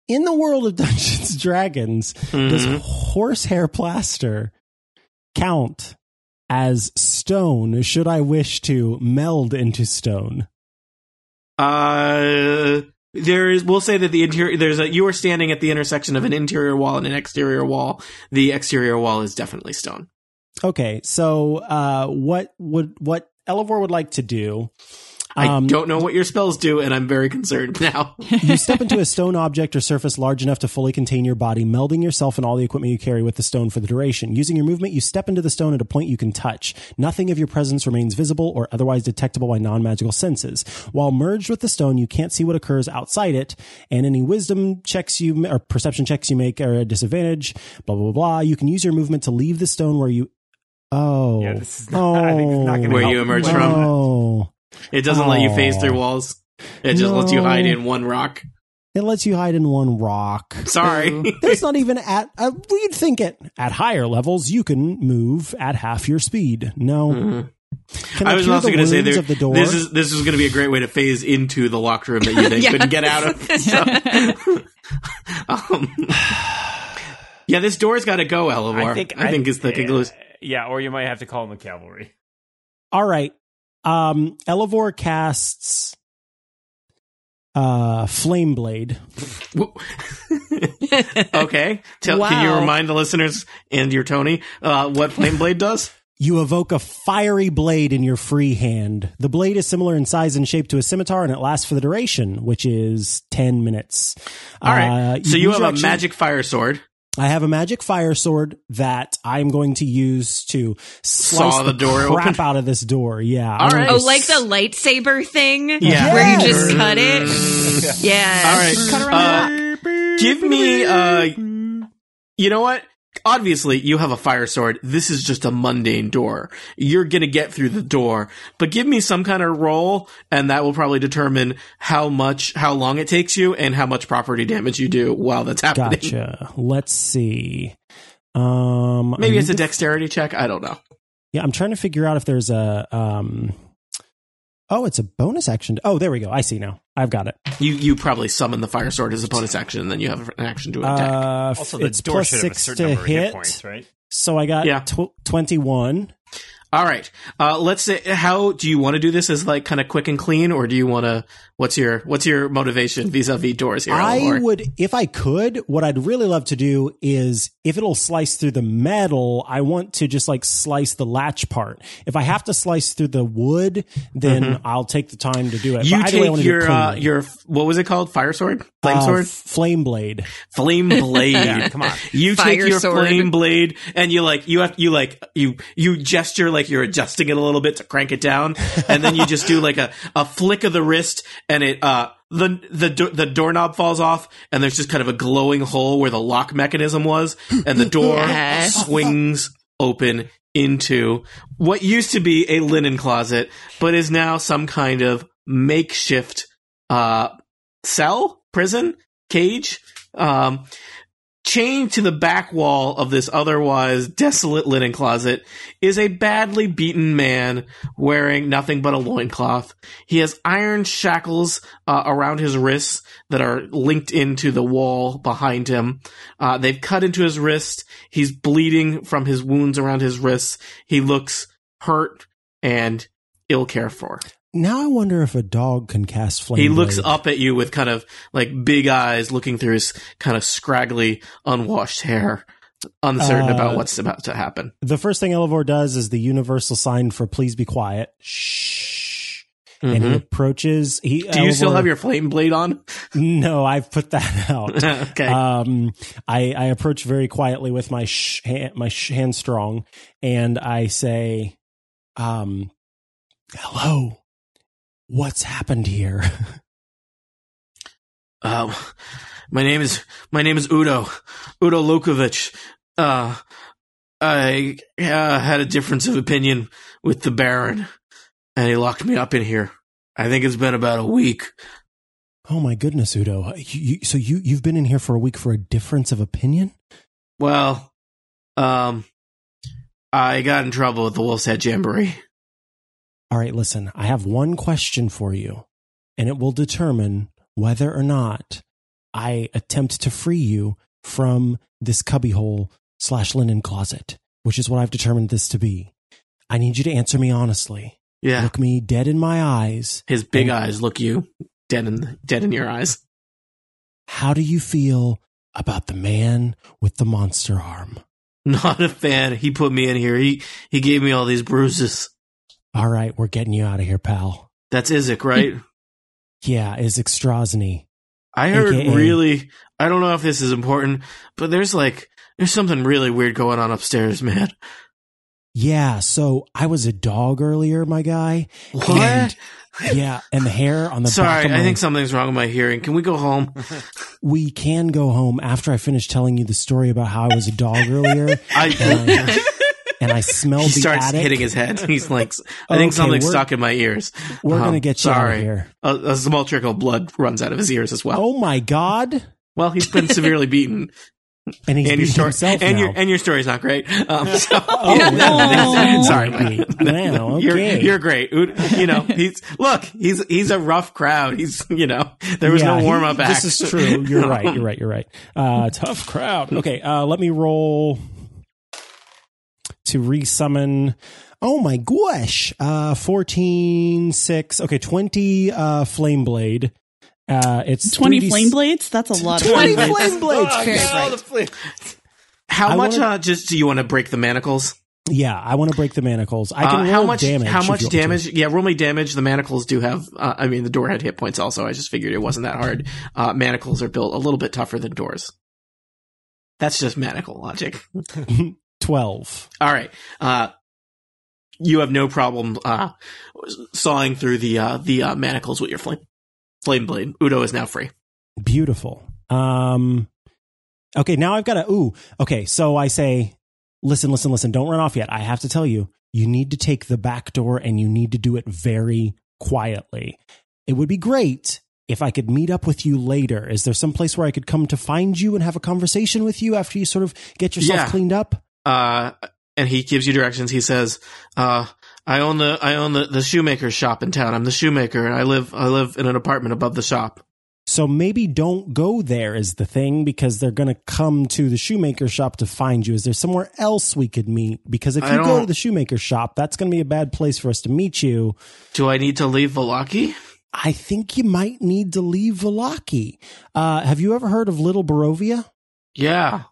in the world of Dungeons and Dragons, does
Mhm.
horsehair plaster count as stone? Should I wish to meld into stone?
Uh, there is. We'll say that the interior. There's a. You are standing at the intersection of an interior wall and an exterior wall. The exterior wall is definitely stone.
Okay, so uh, what would what Elevor would like to do?
I
um,
don't know what your spells do, and I'm very concerned now.
you step into a stone object or surface large enough to fully contain your body, melding yourself and all the equipment you carry with the stone for the duration. Using your movement, you step into the stone at a point you can touch. Nothing of your presence remains visible or otherwise detectable by non magical senses. While merged with the stone, you can't see what occurs outside it, and any wisdom checks you or perception checks you make are at disadvantage. Blah blah blah. blah. You can use your movement to leave the stone where you. Oh,
Yeah, this is not- I think this is not gonna
Where you emerge from.
Oh.
It doesn't let you phase
Aw.
through walls. It just lets you
No.
hide in one rock.
It lets you hide in one rock.
Sorry.
There's not even at uh, we'd think it at higher levels you can move at half your speed. No, can
Hmm. I was
cure
also
the
going to say
wounds
there,
of the door?
this is this is going to be a great way to phase into the locked room that you then
Yeah.
couldn't get out of. So, um, yeah, this door's got to go, Elevor. I think, is the conclusion.
uh, Yeah, or you might have to call them the cavalry.
all right. Um, Elevor casts uh flame blade.
Wo- okay, Tell, can you
Wow.
remind the listeners and your Tony uh, what flame blade does?
You evoke a fiery blade in your free hand. The blade is similar in size and shape to a scimitar, and it lasts for the duration, which is ten minutes.
All right,
Uh,
so you
use
have
your
a
action-
magic fire sword.
I have a magic fire sword that I'm going to use to slice
Saw the door
crap
open.
out of this door. Yeah.
All
I'm gonna
right.
oh,
s-
like the lightsaber thing
Yeah.
where you
Yes.
just cut it.
All
Yeah.
right. Uh, give me. Uh, you know what? Obviously, you have a fire sword. This is just a mundane door. You're gonna get through the door, but give me some kind of roll, and that will probably determine how much, how long it takes you, and how much property damage you do while that's happening.
Gotcha. Let's see. Um,
Maybe
I
it's a
need to-
dexterity check. I don't know.
yeah. I'm trying to figure out if there's a. Um, oh, it's a bonus action. Oh, there we go. I see now. I've got it.
You you probably summon the fire sword as a bonus action, and then you have an action to attack.
Uh,
Also, the
it's
door
plus
should have a
six
certain
to
number of hit
hit.
points, right?
So I got
Yeah.
tw- twenty-one.
All right. Uh, let's say how do you want to do this? As like kind of quick and clean, or do you want to? What's your what's your motivation vis-a-vis doors here?
I
Elmore?
would, if I could, what I'd really love to do is if it'll slice through the metal, I want to just like slice the latch part. If I have to slice through the wood, then I'll take the time to do it.
Mm-hmm. You
but either way, I want
take
to do
your
it
uh,
cleanly.
your what was it called? Fire sword, flame
Uh,
sword,
flame blade.
flame blade.
Yeah, come on.
You take
Fire
your
sword.
flame blade and you like you have you like you you gesture like you're adjusting it a little bit to crank it down, and then you just do like a a flick of the wrist and it uh. The the do- the doorknob falls off and there's just kind of a glowing hole where the lock mechanism was and the door
Yeah.
swings open into what used to be a linen closet but is now some kind of makeshift uh cell prison cage um Chained to the back wall of this otherwise desolate linen closet is a badly beaten man wearing nothing but a loincloth. He has iron shackles uh, around his wrists that are linked into the wall behind him. Uh, they've cut into his wrist. He's bleeding from his wounds around his wrists. He looks hurt and ill cared for.
Now I wonder if a dog can cast flame.
He looks
blade.
up at you with kind of like big eyes looking through his kind of scraggly, unwashed hair, uncertain
Uh,
about what's about to happen.
The first thing Elevor does is the universal sign for "Please be quiet." Shh. And he
Mhm.
approaches. He.
Do you still
Elevor-
have your flame blade on?
No, I've put that out.
okay.
Um, I, I approach very quietly with my sh- hand, my sh- hand strong, and I say, um, "Hello, what's happened here?"
Um, my name is my name is Udo Udo Lukovic. Uh, I uh, had a difference of opinion with the Baron, and he locked me up in here. I think it's been about a week.
oh my goodness, Udo! You, you, so you you've been in here for a week for a difference of opinion?
Well, um, I got in trouble with the Wolf's Head Jamboree.
All right, listen. I have one question for you, and it will determine whether or not I attempt to free you from this cubbyhole slash linen closet, which is what I've determined this to be. I need you to answer me honestly.
Yeah,
Look me dead in my eyes.
his big
And-
eyes look you dead in dead in your eyes.
How do you feel about the man with the monster arm?
Not a fan. He put me in here. He he gave me all these bruises.
All right, we're getting you out of here, pal.
That's Isaac, right?
Yeah, is Strozny.
I heard
AKA.
really. I don't know if this is important, but there's like there's something really weird going on upstairs, man.
Yeah, so I was a dog earlier, my guy.
What?
Yeah, and the hair on the back
Sorry,
of my
I think something's wrong with my hearing. Can we go home?
we can go home after I finish telling you the story about how I was a dog earlier
I.
and, and I smelled
He
the
starts
attic.
hitting his head. He's like, I think
Okay,
something's
we're-
stuck in my ears.
We're
Um,
gonna get you out
sorry.
of here.
A, a small trickle of blood runs out of his ears as well.
Oh my god!
Well, he's been severely beaten,
And
and
he's
your
beating
story
himself
and
now.
your and your story's not great. Um, so,
Oh, wow.
sorry,
Wow,
man. you're
okay.
you're great. Ud- You know, he's look, he's he's a rough crowd. He's you know, there was
Yeah,
no
he-
warm up act.
This is true. You're right. You're right. You're right. Uh, tough crowd. Okay, uh, let me roll to resummon. Oh my gosh. Uh, 14, 6. Okay, 20 uh, flame blade. Uh, it's
20
3D
flame blades? That's a lot of
20
flame blades.
flame blades.
Very bright.
How
I
much
wanna-
uh, just do you want to break the manacles?
Yeah, I want to break the manacles. I can
Uh,
roll
how much
damage.
How
if you
much
want me to.
damage? Yeah, roll me damage. The manacles do have. Uh, I mean, the door had hit points also. I just figured it wasn't that hard. Uh, manacles are built a little bit tougher than doors. That's just manacle logic.
12.
All right. Uh, you have no problem uh, sawing through the uh, the uh, manacles with your flame flame blade. Udo is now free.
Beautiful. Um Okay, now I've got a ooh. Okay, so I say, listen, listen, listen, don't run off yet. I have to tell you, you need to take the back door and you need to do it very quietly. It would be great if I could meet up with you later. Is there some place where I could come to find you and have a conversation with you after you sort of get yourself
Yeah.
cleaned up?
Uh, and he gives you directions. He says, uh, "I own the I own the, the shoemaker's shop in town. I'm the shoemaker. I live I live in an apartment above the shop."
So maybe don't go there is the thing because they're going to come to the shoemaker shop to find you. Is there somewhere else we could meet? Because if
I
you go
don't-
to the shoemaker shop, that's going to be a bad place for us to meet you.
Do I need to leave Valaki?
I think you might need to leave Velaki. Uh, have you ever heard of Little Barovia?
Yeah,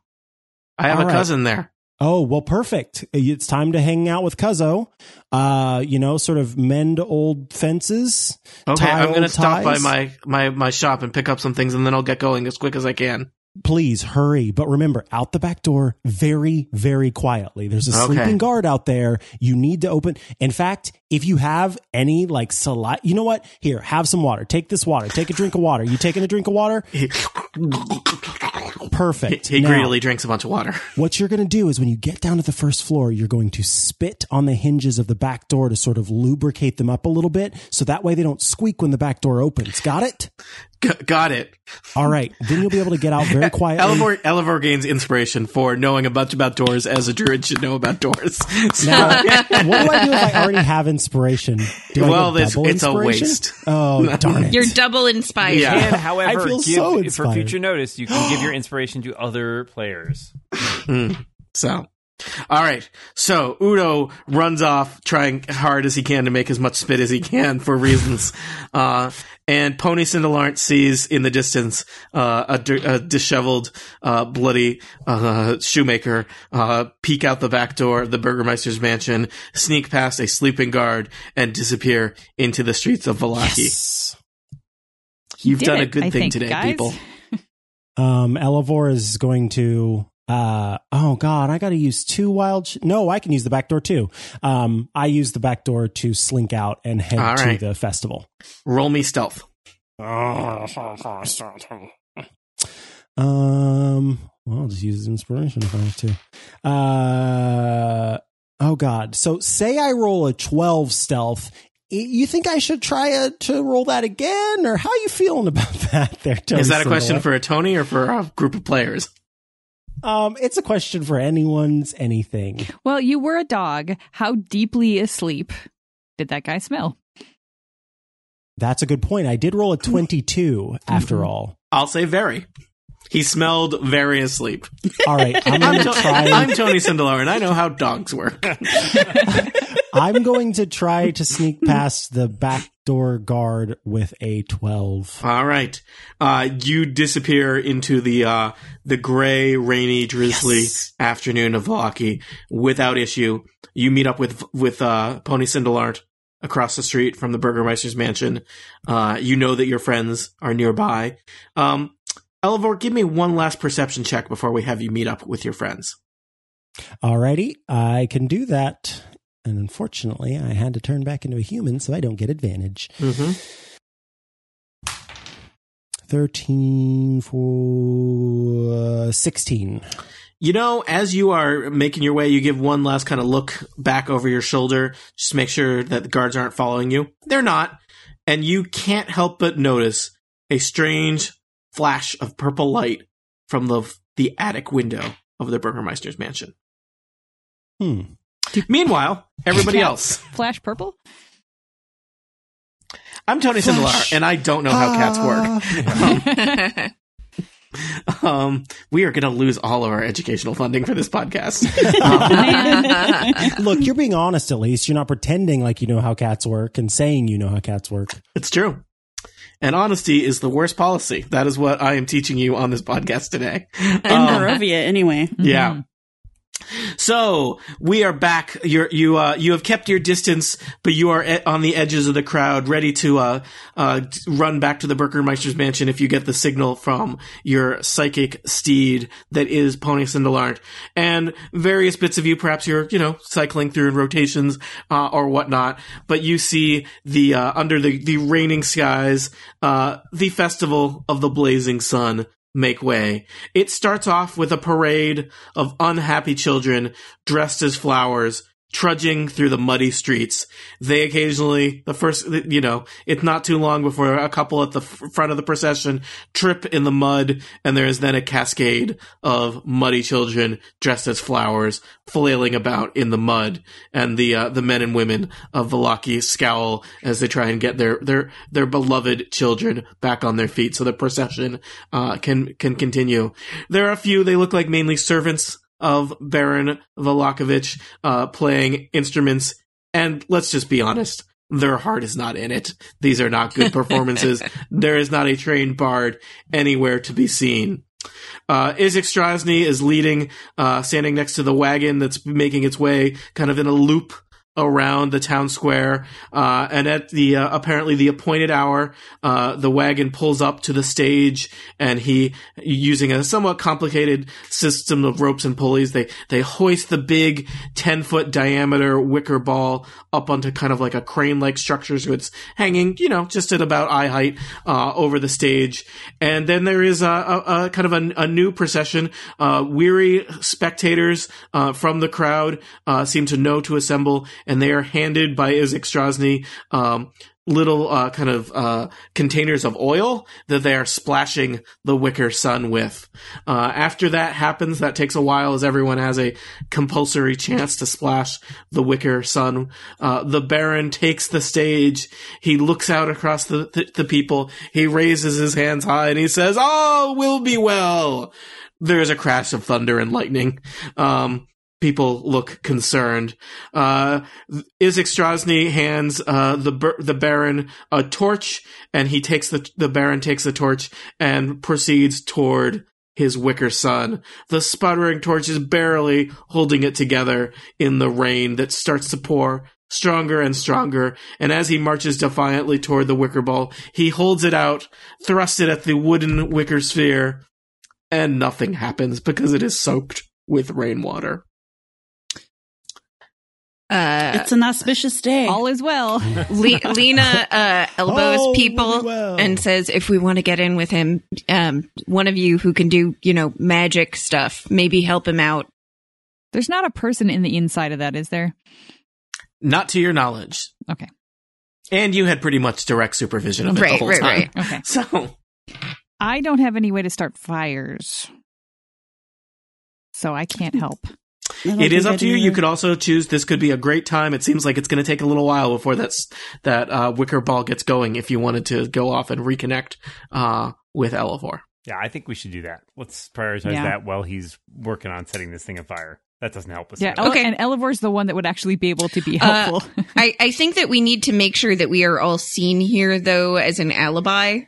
I have
All
a
right.
cousin there.
Oh, well, perfect. It's time to hang out with Cuzzo. Uh, you know, sort of mend old fences.
Okay,
Tie
I'm
old
gonna stop by
ties.
my my my shop and pick up some things, and then I'll get going as quick as I can.
Please hurry. But remember, out the back door very, very quietly. There's a
Okay.
sleeping guard out there. You need to open. In fact, if you have any like saliva, you know what? Here, have some water. Take this water. Take a drink of water. You taking a drink of water?
He,
Perfect.
he
Now-
greedily drinks a bunch of water.
what you're going to do is when you get down to the first floor, you're going to spit on the hinges of the back door to sort of lubricate them up a little bit. So that way they don't squeak when the back door opens. Got it?
G- got it.
All right. Then you'll be able to get out very quietly.
Elevor, Elevor gains inspiration for knowing a bunch about doors as a druid should know about doors. So,
Now, what do I do if I already have inspiration? Do I get
Well, it's-
double
it's a
inspiration?
waste.
Oh, darn it.
You're double inspired.
Yeah.
And however,
I feel
give,
so
for
inspired.
future notice, you can give your inspiration to other players.
so, all right. So Udo runs off, trying hard as he can to make as much spit as he can for reasons. Uh, and Pony Cindelarnt sees in the distance uh, a, dir- a disheveled, uh, bloody uh, shoemaker uh, peek out the back door of the Burgermeister's mansion, sneak past a sleeping guard, and disappear into the streets of Valaki.
Yes.
He
You've
did
done a
it,
good
I
thing
think,
today,
guys.
people.
Um, Elevor is going to. Uh, oh God, I got to use two wild. Sh- no, I can use the back door too. Um, I use the back door to slink out and head
All
to
right.
the festival.
Roll me stealth.
Um, well, I'll just use inspiration if I have to. Uh, oh God. So say I roll a 12 stealth. Y- You think I should try uh to roll that again, or how you feeling about that? There, Tony
Is that a question
Sindelar?
for a Tony or for a group of players?
Um, it's a question for anyone's anything.
Well, you were a dog. How deeply asleep did that guy smell?
That's a good point. I did roll a 22 after all.
I'll say very. He smelled very asleep.
All right, I'm
I'm,
going
to-
to try.
I'm Tony Sindelar, and I know how dogs work.
I'm going to try to sneak past the back door guard with a 12.
All right, uh, you disappear into the uh, the gray, rainy, drizzly
Yes.
afternoon of Milwaukee without issue. You meet up with with uh, Pony Sindelart across the street from the Burgermeister's mansion. Uh, you know that your friends are nearby. Um, Elevor, give me one last perception check before we have you meet up with your friends.
Alrighty, I can do that. And unfortunately, I had to turn back into a human, so I don't get advantage.
Mm-hmm.
13 for uh, 16.
You know, as you are making your way, you give one last kind of look back over your shoulder, just to make sure that the guards aren't following you. They're not. And you can't help but notice a strange flash of purple light from the the attic window of the Burgermeister's mansion.
Hmm.
Meanwhile, everybody else.
Flash purple?
I'm Tony Sindelar, and I don't know how cats work. Um, we are going to lose all of our educational funding for this podcast. Um,
Look, you're being honest at least. You're not pretending like you know how cats work and saying you know how cats work.
It's true. And honesty is the worst policy. That is what I am teaching you on this podcast today.
And
Um,
Barovia, anyway.
yeah. So we are back. You're, you uh, you have kept your distance, but you are e- on the edges of the crowd, ready to uh, uh, d- run back to the Burkermeister's mansion if you get the signal from your psychic steed that is Pony Cindelarnt. And various bits of you, perhaps you're you know cycling through in rotations uh, or whatnot, but you see the uh, under the the raining skies, uh, the festival of the blazing sun make way. It starts off with a parade of unhappy children dressed as flowers trudging through the muddy streets. They occasionally, the first, you know, it's not too long before a couple at the f- front of the procession trip in the mud, and there is then a cascade of muddy children dressed as flowers flailing about in the mud, and the uh, the men and women of Valaki scowl as they try and get their their their beloved children back on their feet, so the procession uh, can can continue. There are a few. They look like mainly servants of Baron Valakovich uh, playing instruments. And let's just be honest, their heart is not in it. These are not good performances. there is not a trained bard anywhere to be seen. Uh, Isaac Strozny is leading, uh, standing next to the wagon that's making its way kind of in a loop around the town square, uh, and at the uh, apparently the appointed hour, uh, the wagon pulls up to the stage, and he, using a somewhat complicated system of ropes and pulleys, they they hoist the big ten foot diameter wicker ball up onto kind of like a crane like structure, so it's hanging, you know, just at about eye height uh, over the stage, and then there is a, a, a kind of a, a new procession. Uh, weary spectators uh, from the crowd uh, seem to know to assemble, and they are handed by Isaac Strozny um, little uh, kind of uh, containers of oil that they are splashing the wicker sun with. Uh, after that happens, that takes a while as everyone has a compulsory chance to splash the wicker sun. Uh, the Baron takes the stage. He looks out across the, the, the people. He raises his hands high and he says, All will be well. There is a crash of thunder and lightning. Um, people look concerned. Uh, Isaac Strozny hands uh, the bar- the Baron a torch, and he takes the the Baron takes the torch and proceeds toward his wicker son. The sputtering torch is barely holding it together in the rain that starts to pour stronger and stronger. And as he marches defiantly toward the wicker ball, he holds it out, thrusts it at the wooden wicker sphere, and nothing happens because it is soaked with rainwater.
Uh,
it's an auspicious day.
All is well.
Le- Lena uh, elbows
Oh,
people
really well.
and
Oh.
says, "If we want to get in with him, um, one of you who can do, you know, magic stuff, maybe help him out."
There's not a person in the inside of that, is there?
Not to your knowledge.
Okay.
And you had pretty much direct supervision of it the
Right,
whole
right,
time.
right.
Okay.
So
I don't have any way to start fires. So I can't help.
I don't
it is
think
up
I
to you.
do
You
either.
could also choose. This could be a great time. It seems like it's going to take a little while before that's, that uh, wicker ball gets going. If you wanted to go off and reconnect uh, with Elevor,
Yeah, I think we should do that. Let's prioritize
Yeah.
that while he's working on setting this thing afire. That doesn't help us.
Yeah. oh.
at all.
Ele-
Okay.
And Elivor's the one that would actually be able to be
Uh,
helpful.
I, I think that we need to make sure that we are all seen here, though, as an alibi.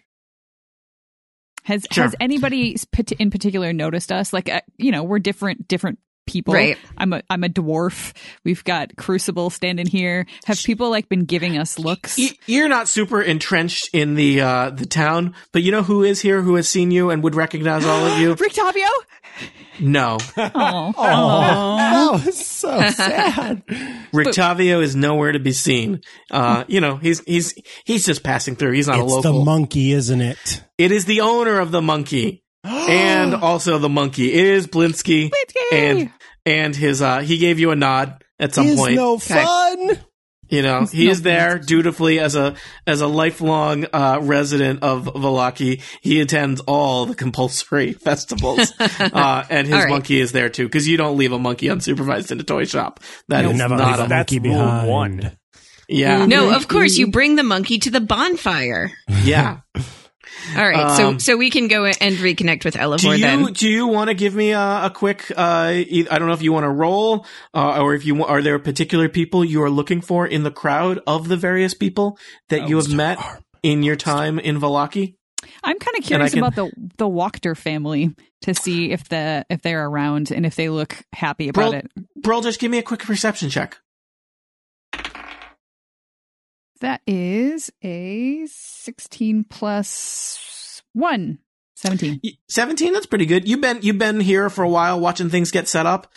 Has
Sure.
has anybody pat- in particular noticed us? Like, uh, you know, we're different different people.
Right.
I'm a I'm a dwarf. We've got Crucible standing here. Have people like been giving us looks?
Y- you're not super entrenched in the uh, the town, but you know who is here, who has seen you and would recognize all of you.
Rictavio?
No,
Oh,
Oh, that was so sad.
Rictavio is nowhere to be seen. Uh, you know, he's he's he's just passing through. He's not a
it's
local.
the monkey, isn't it?
It is the owner of the monkey and also the monkey. It is Blinsky, and and his uh he gave you a nod at some
He's
point.
no fun.
you know, he is there dutifully as a as a lifelong uh resident of Valaki. He attends all the compulsory festivals. uh and his
All right.
monkey is there too cuz you don't leave a monkey unsupervised in a toy shop. That
You
is
never
not a,
leave a
That's
monkey
rule
behind.
one.
yeah.
No, of course
Mm-hmm.
you bring the monkey to the bonfire.
Yeah.
All right,
Um,
so so we can go and reconnect with Elevor
Do you
then.
do you want to give me a, a quick? Uh, e- I don't know if you want to roll, uh, or if you wa- are there particular people you are looking for in the crowd of the various people that you have met in your time in Valaki.
I'm kind of curious
can-
about the the Wachter family to see if the if they're around and if they look happy about
Roll,
it.
roll, just give me a quick perception check.
That is a 16 plus 1. 17.
Y- Seventeen, that's pretty good. You've been you've been here for a while, watching things get set up.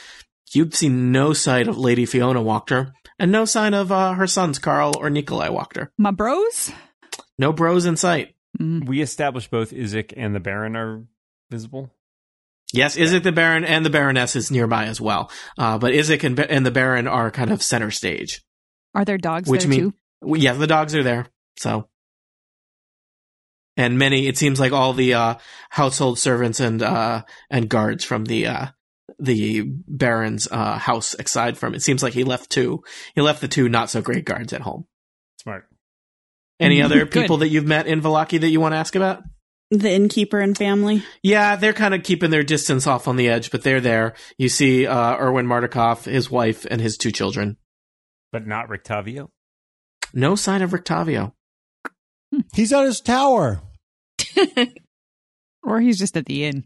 You've seen no sign of Lady Fiona Walker, and no sign of uh, her sons Carl or Nikolai Walker.
My bros?
No bros in sight.
Mm.
We established both Isaac and the Baron are visible.
Yes, Isaac the Baron and the Baroness is nearby as well. Uh, but Isaac and, and the Baron are kind of center stage.
Are there dogs
Which
there
mean-
too?
Well, yeah, the dogs are there. So, and many, it seems like all the uh, household servants and uh, and guards from the uh, the Baron's uh, house, aside from it seems like he left two. He left the two not so great guards at home.
Smart.
Any other
Good.
people that you've met in Valaki that you want to ask about?
the innkeeper and family.
Yeah, they're kind of keeping their distance off on the edge, but they're there. You see uh, Erwin Mardikoff, his wife, and his two children.
But not Rictavio.
No sign of Rictavio.
He's on his tower.
Or he's just at the inn.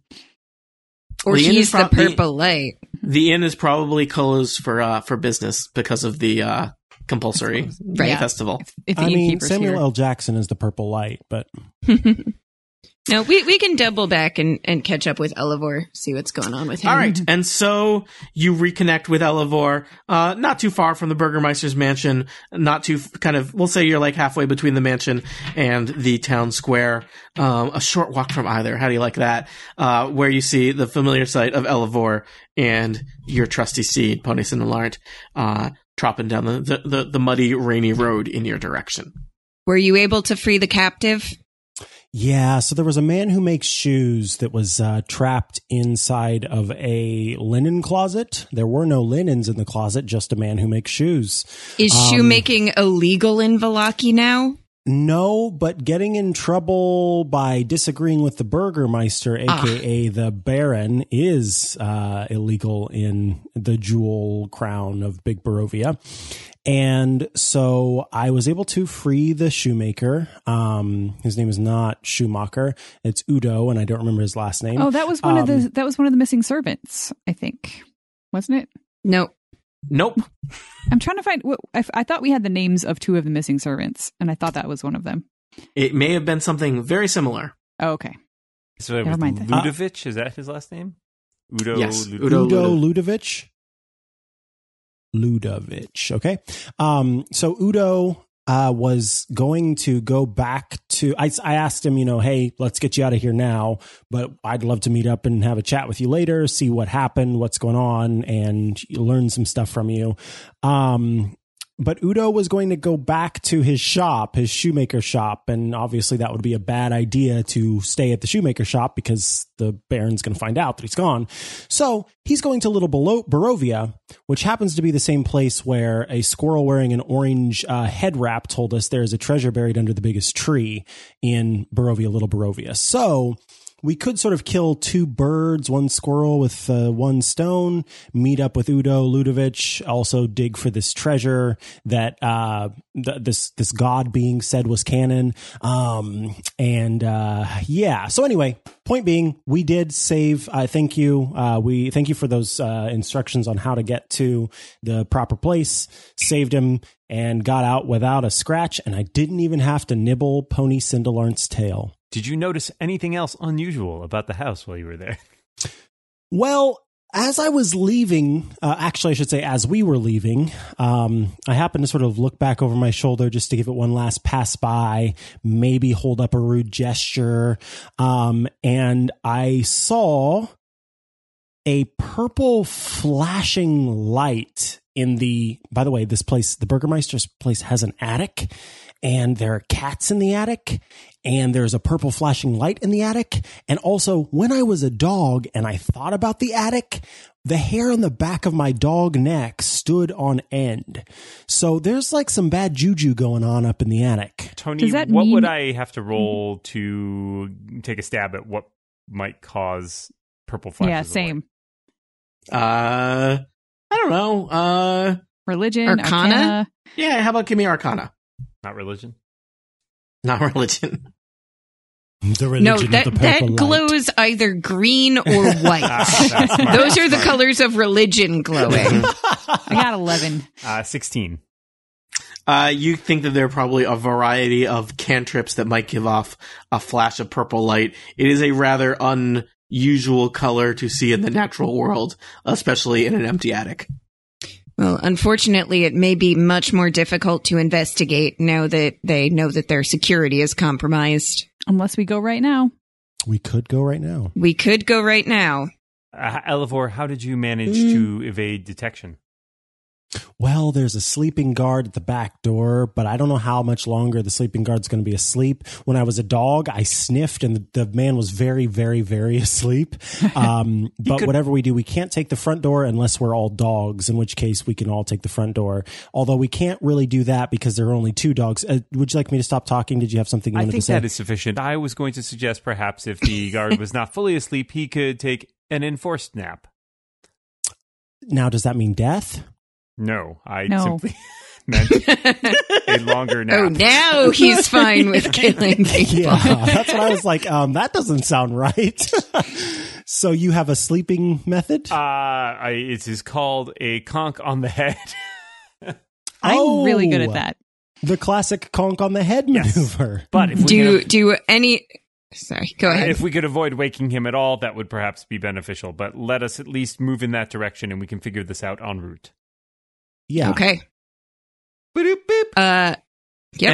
or
Leanne is
he's the
prob- the-
purple light.
The inn is probably closed for uh, for business because of the uh, compulsory
Right.
festival.
If the
I mean,
innkeeper's
Samuel
here.
L. Jackson is the purple light, but
no, we, we can double back and, and catch up with Elevor, see what's going on with him.
All right, and so you reconnect with Elevor, uh, not too far from the Burgermeister's mansion, not too f- kind of. We'll say you're like halfway between the mansion and the town square, um, a short walk from either. How do you like that? Uh, where you see the familiar sight of Elevor and your trusty steed, Pony Cindelarnt, uh, tropping down the, the, the, the muddy, rainy road in your direction.
Were you able to free the captive?
Yeah, so there was a man who makes shoes that was uh, trapped inside of a linen closet. There were no linens in the closet, just a man who makes shoes.
Is
Um,
shoemaking illegal in Valaki now?
No, but getting in trouble by disagreeing with the Burgermeister,
Ah.
aka the Baron, is uh, illegal in the jewel crown of Big Barovia. And so I was able to free the shoemaker. Um, his name is not Schumacher; it's Udo, and I don't remember his last name.
Oh, that was one of
Um,
the that was one of the missing servants, I think, wasn't it?
No.
Nope.
I'm trying to find. What, I, I thought we had the names of two of the missing servants, and I thought that was one of them.
It may have been something very similar.
Oh, okay,
So it
Never
was
mind Uh, then.
Ludovic. is that his last name? Udo.
Yes,
Lud-
Udo.
Udo Ludovic. Ludovic. Okay. Um, so Udo uh, was going to go back to. I, I asked him, you know, hey, let's get you out of here now, but I'd love to meet up and have a chat with you later, see what happened, what's going on, and learn some stuff from you. Um, but Udo was going to go back to his shop, his shoemaker shop, and obviously that would be a bad idea to stay at the shoemaker shop because the Baron's going to find out that he's gone. So he's going to Little Belo- Barovia, which happens to be the same place where a squirrel wearing an orange uh, head wrap told us there is a treasure buried under the biggest tree in Barovia, Little Barovia. So we could sort of kill two birds, one squirrel with uh, one stone, meet up with Udo Ludovic, also dig for this treasure that uh, th- this this god being said was canon. Um, and uh, yeah, so anyway, point being, we did save. Uh, thank you. Uh, we thank you for those uh, instructions on how to get to the proper place. Saved him and got out without a scratch, and I didn't even have to nibble Pony Cindelarnt's tail.
Did you notice anything else unusual about the house while you were there?
Well, as I was leaving, uh, actually, I should say, as we were leaving, um, I happened to sort of look back over my shoulder just to give it one last pass by, maybe hold up a rude gesture. Um, and I saw a purple flashing light in the, by the way, this place, the Burgermeister's place has an attic and there are cats in the attic and there's a purple flashing light in the attic. And also, when I was a dog and I thought about the attic, the hair on the back of my dog neck stood on end. So there's like some bad juju going on up in the attic.
Tony,
Does that
what would
mean-
I have to roll to take a stab at what might cause purple flashes?
yeah,
of light?
same.
Uh, I don't know. Uh,
Religion,
Arcana?
arcana.
yeah. How about give me Arcana,
Not religion.
not religion.
The religion
No,
of
that,
the
that
purple light.
glows either green or
Ah,
white.
that's smart.
Those are the
Smart.
colors of religion glowing.
I got eleven.
Uh, 16.
Uh, you think that there are probably a variety of cantrips that might give off a flash of purple light. It is a rather unusual color to see in the natural world, especially in an empty attic.
well, unfortunately, it may be much more difficult to investigate now that they know that their security is compromised.
Unless we go right now.
We could go right now.
We could go right now.
Uh, Elevor, how did you manage
Mm.
to evade detection?
Well, there's a sleeping guard at the back door, but I don't know how much longer the sleeping guard's going to be asleep. When I was a dog, I sniffed and the, the man was very, very, very asleep. Um, but
could-
whatever we do, we can't take the front door unless we're all dogs, in which case we can all take the front door. Although we can't really do that because there are only two dogs. Uh, would you like me to stop talking? Did you have something you
I
wanted
think
to say?
that is sufficient. I was going to suggest perhaps if the guard was not fully asleep, he could take an enforced nap.
now, does that mean death?
No, I
No.
simply meant a longer nap.
Oh, now he's fine with killing people.
Yeah, that's what I was like. Um, that doesn't sound right. so you have a sleeping method?
Uh, I, it is called a conk on the head.
I'm really good at
Oh.
that.
The classic conk on the head
Yes.
maneuver. Mm,
But if we
do
could
you, do you any? Sorry, go ahead.
If we could avoid waking him at all, that would perhaps be beneficial. But let us at least move in that direction, and we can figure this out en route.
Yeah.
Okay.
Boop, boop.
Uh, yep.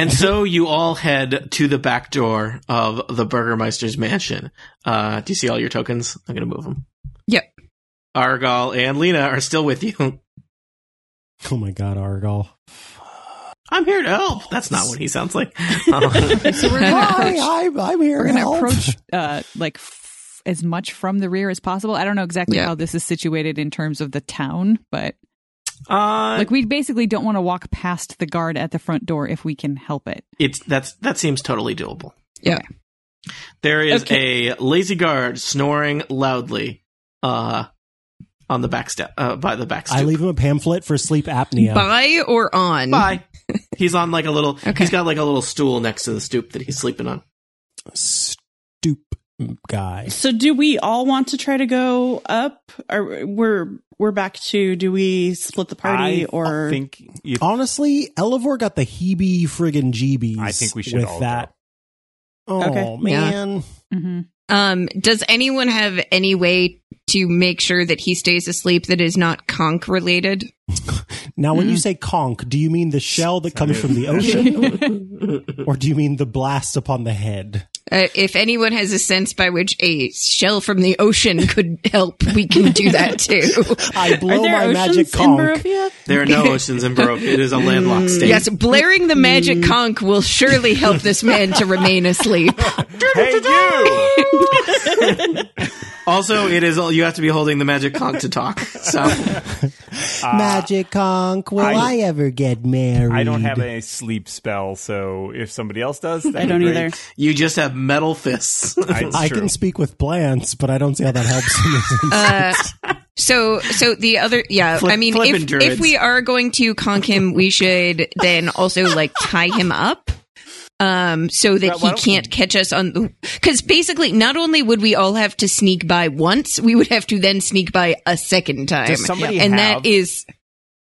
And so you all head to the back door of the Burgermeister's mansion. Uh, do you see all your tokens? I'm going to move them.
Yep.
Argal and Lena are still with you.
Oh my god, Argal.
I'm here to help. That's not what he sounds like. Um,
So we're gonna
Hi,
approach.
I'm, I'm here.
We're gonna
help.
approach uh, like f- as much from the rear as possible. I don't know exactly
Yeah.
how this is situated in terms of the town, but
uh,
like we basically don't want to walk past the guard at the front door if we can help it.
it's that's that seems totally doable.
Yeah.
There is a lazy guard snoring loudly uh, on the back step uh, by the back stoop.
I leave him a pamphlet for sleep apnea.
By or on?
Bye. he's on like a little.
Okay.
He's got like a little stool next to the stoop that he's sleeping on.
Stoop mm, guy.
So do we all want to try to go up or we're we're back to do we split the party
I
or
think if,
Honestly, Elevor got the heebie friggin' jeebies.
I think we should
with
all
that. Oh
Okay.
man,
Mm-hmm.
Um, does anyone have any way to make sure that he stays asleep that is not conch related?
now when
Mm-hmm.
you say conch, do you mean the shell that comes from the ocean, or do you mean the blast upon the head?
Uh, if anyone has a sense by which a shell from the ocean could help, we can do that too.
I
are
blow
there
my
oceans
magic
in
conch.
Barovia?
There are no oceans in Baroque. It is a landlocked state.
yes, blaring the magic conch will surely help this man to remain asleep.
hey you,
Also, it is all you have to be holding the magic conch to talk. So
magic conch. Will
Uh, I-
I, ever get married?
I don't have a sleep spell, so if somebody else does, that'd
I
be
don't
great.
either.
you just have metal fists.
It's
I
true.
can speak with plants, but I don't see how that helps. in this instance.
Uh, so, so the other, yeah,
Flip-
I mean,
flippin'
if,
druids.
if we are going to conk him, we should then also like tie him up. Um, so that
Well, why
he
don't-
can't catch us on the, cause basically not only would we all have to sneak by once, we would have to then sneak by a second time.
Does somebody
and
have-
that is,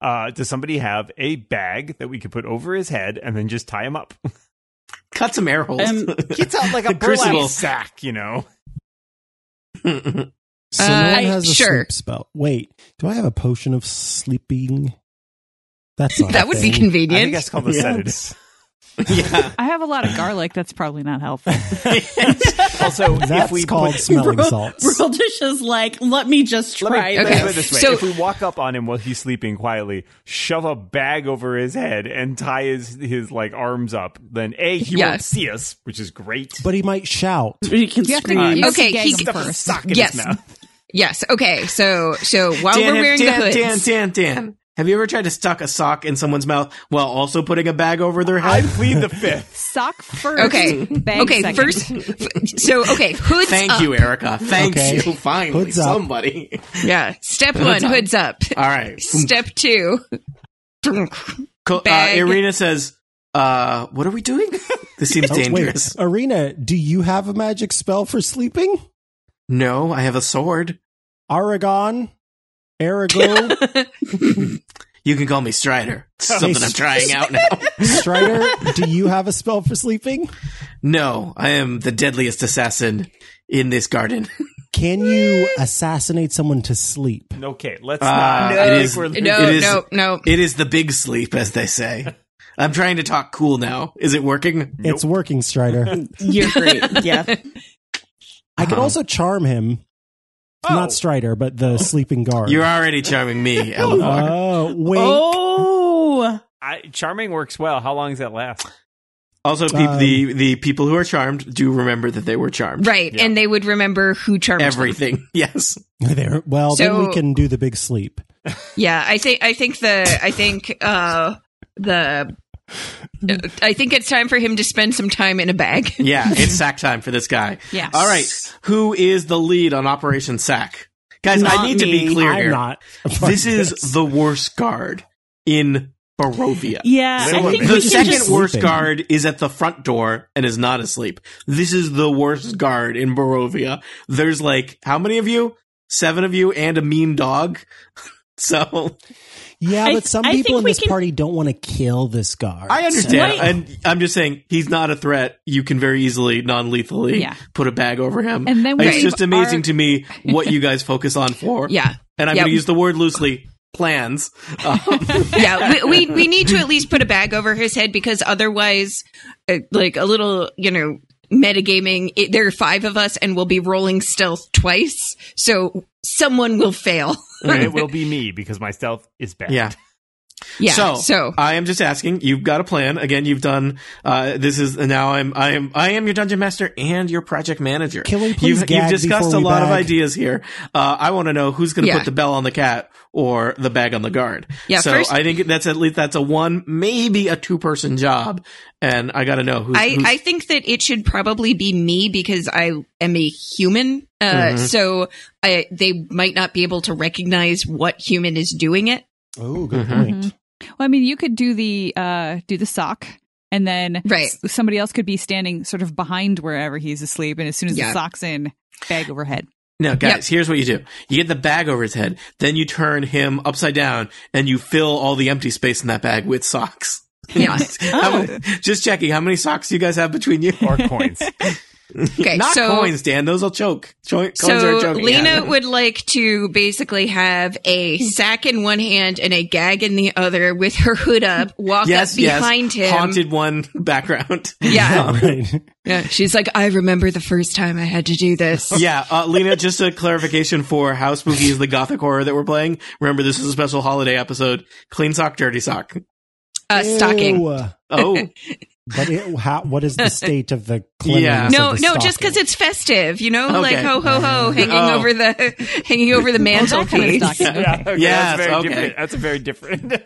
Uh, does somebody have a bag that we could put over his head and then just tie him up?
Cut some air holes.
Um,
It's out like a
Crucible.
burlap sack, you know.
so no
uh,
one has a
sure.
sleep spell. Wait, do I have a potion of sleeping? That's not
that
a
would be
thing.
I think
convenient.
that's called a
Yeah.
sedative.
yeah.
I have a lot of garlic. That's probably not helpful.
Also,
That's
if we
called
put,
smelling
Bro-
salts.
Brodish is like, let me just
Let me,
try this.
let me put it this way.
So-
if we walk up on him while he's sleeping quietly, shove a bag over his head and tie his, his like arms up, then A, he
Yeah.
won't see us, which is great.
but he might shout.
You can
You have to,
scream.
you have to
Okay,
gag
he-
him
Stuff a
first.
sock in
Yes.
his mouth.
yes. Okay. So, so while
Dan,
Oh, we're
have-
wearing
Dan,
the hoods.
Dan, Dan, Dan, have you ever tried to stuck a sock in someone's mouth while also putting a bag over their
I
head?
plead the fifth.
Sock first.
Okay.
Bag
okay,
second.
first. f- So okay, hoods
Thank
up.
you, Erica. Thank
Okay.
you. Finally,
Hoods up.
somebody.
Yeah. Step one,
up.
hoods up.
All right.
Step two.
Co- uh,
bag.
Irina says, uh, "What are we doing? This seems
Oh,
dangerous."
Wait, Arena, do you have a magic spell for sleeping?
No, I have a sword.
Aragon, Arago,
You can call me Strider. It's
Oh,
something
he's-
I'm trying out now.
Strider, do you have a spell for sleeping?
No, I am the deadliest assassin in this garden.
Can you assassinate someone to sleep?
Okay, let's
Uh,
not. I
it
think
is-
we're-
No,
It is-
no, no.
It is the big sleep, as they say. I'm trying to talk cool now. Is it working?
It's working, Strider.
You're great. Yeah.
I could
Oh.
also charm him.
Oh.
Not Strider, but the sleeping guard.
You're already charming me, Eleanor.
Oh, wait.
Oh.
I, charming works well. How long does that last?
also, peop
Um,
the the people who are charmed do remember that they were charmed.
Right,
Yeah.
and they would remember who charmed them.
Everything. Yes.
There. Well, then
So-
we can do the big sleep.
Yeah, I think. I think the. I think uh the. I think it's time for him to spend some time in a bag.
Yeah. It's sack time for this guy.
Yes.
All right. Who is the lead on Operation Sack? Guys, I
Not
need to be
me.
clear
I'm
here.
not. a part
this
of
is the worst guard in Barovia.
Yeah.
Little
I think
bit.
we
The
can
second
just-
worst
Sleeping.
guard is at the front door and is not asleep. This is the worst guard in Barovia. There's like how many of you? Seven of you and a mean dog. So
Yeah,
I-
but some
I
people
think
in
we
this
can-
party don't want to kill this guard.
I understand.
Wait.
And I'm just saying he's not a threat. You can very easily non-lethally
Yeah.
put a bag over him.
And then we
it's
leave
just amazing
our-
to me what you guys focus on for.
Yeah.
And I'm
Yeah.
going to use the word loosely. Plans. Um,
yeah, we, we we need to at least put a bag over his head because otherwise, uh, like a little, you know, metagaming. It, there are five of us, and we'll be rolling stealth twice, so someone will fail.
And it will be me because my stealth is bad.
yeah.
Yeah.
So,
So,
I am just asking. You've got a plan. Again, you've done. Uh, this is now. I'm. I am. I am your dungeon master and your project manager.
Can we please
You've, you've
gag
discussed a
before we
lot of
bag?
ideas here. Uh, I want to know who's going to
Yeah.
put the bell on the cat or the bag on the guard.
Yeah,
So
first-
I think that's at least that's a one, maybe a two person job, and I got to know who's.
I,
who's-
I think that it should probably be me because I am a human. Uh,
Mhm.
So I, they might not be able to recognize what human is doing it.
Oh, good
Mhm.
point.
Well, I mean, you could do the uh do the sock, and then
Right.
s- somebody else could be standing sort of behind wherever he's asleep, and as soon as
Yeah.
the sock's in, bag overhead.
No, guys, here's what you do. You get the bag over his head, then you turn him upside down, and you fill all the empty space in that bag with socks.
Yeah.
How many- just checking how many socks you guys have between you.
Or coins.
Okay,
Not
so-
coins, Dan. Those will choke. Cho- coins are
So
choking.
Lena
Yeah.
would like to basically have a sack in one hand and a gag in the other with her hood up, walk
yes,
up
yes,
behind him.
Haunted one background. Um,
Yeah.
right.
yeah. She's like, I remember the first time I had to do this.
yeah, uh, Lena, just a clarification for how spooky is the gothic horror that we're playing. Remember, this is a special holiday episode. Clean sock, dirty sock.
Uh, stocking.
Ew.
Oh,
But it, how, what is the state of the cleanliness
Yeah.
of
No,
the
no, just
stocking?
because it's festive, you know,
Okay.
like ho ho ho, hanging
Oh.
over the hanging over the
that kind of
mantelpiece.
stocking.
Yeah,
Okay.
okay,
Yes,
that's very
okay.
different. That's a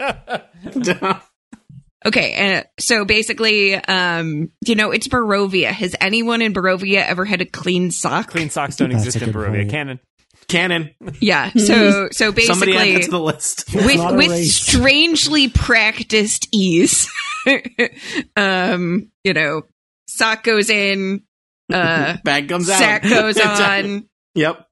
very different.
Okay, uh, so basically, um, you know, it's Barovia. Has anyone in Barovia ever had a clean sock?
Clean socks don't
That's a
exist in
good
Barovia.
point.
Canon.
canon.
Yeah. So, so basically,
Hmm. Somebody add that to the list.
It's
with
not a
with
race.
strangely practiced ease. um, you know, sock goes in, uh,
Bag comes out.
sack goes on,
yep.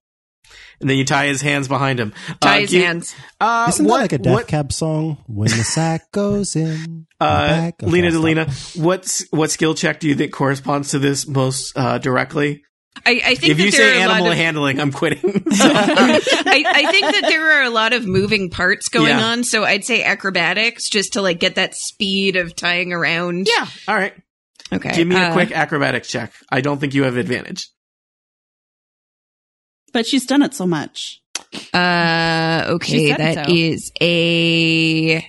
And then you tie his hands behind him.
tie
Uh,
his
you-
hands.
Uh,
Isn't
what,
that like a Death
what-
Cab song? When the sack goes in, the
Uh,
back- okay,
Lena
I'll
to
stop.
Lena, what's what skill check do you think corresponds to this most uh, directly?
I, I think
If
that
you
there
say
are a lot
animal
of,
handling, I'm quitting. So,
I, I think that there are a lot of moving parts going
Yeah.
on, so I'd say acrobatics just to like get that speed of tying around.
yeah, all right.
Okay.
Give me a
uh,
quick acrobatic check. I don't think you have advantage.
But she's done it so much.
Uh,
She
okay,
said
that
so.
is a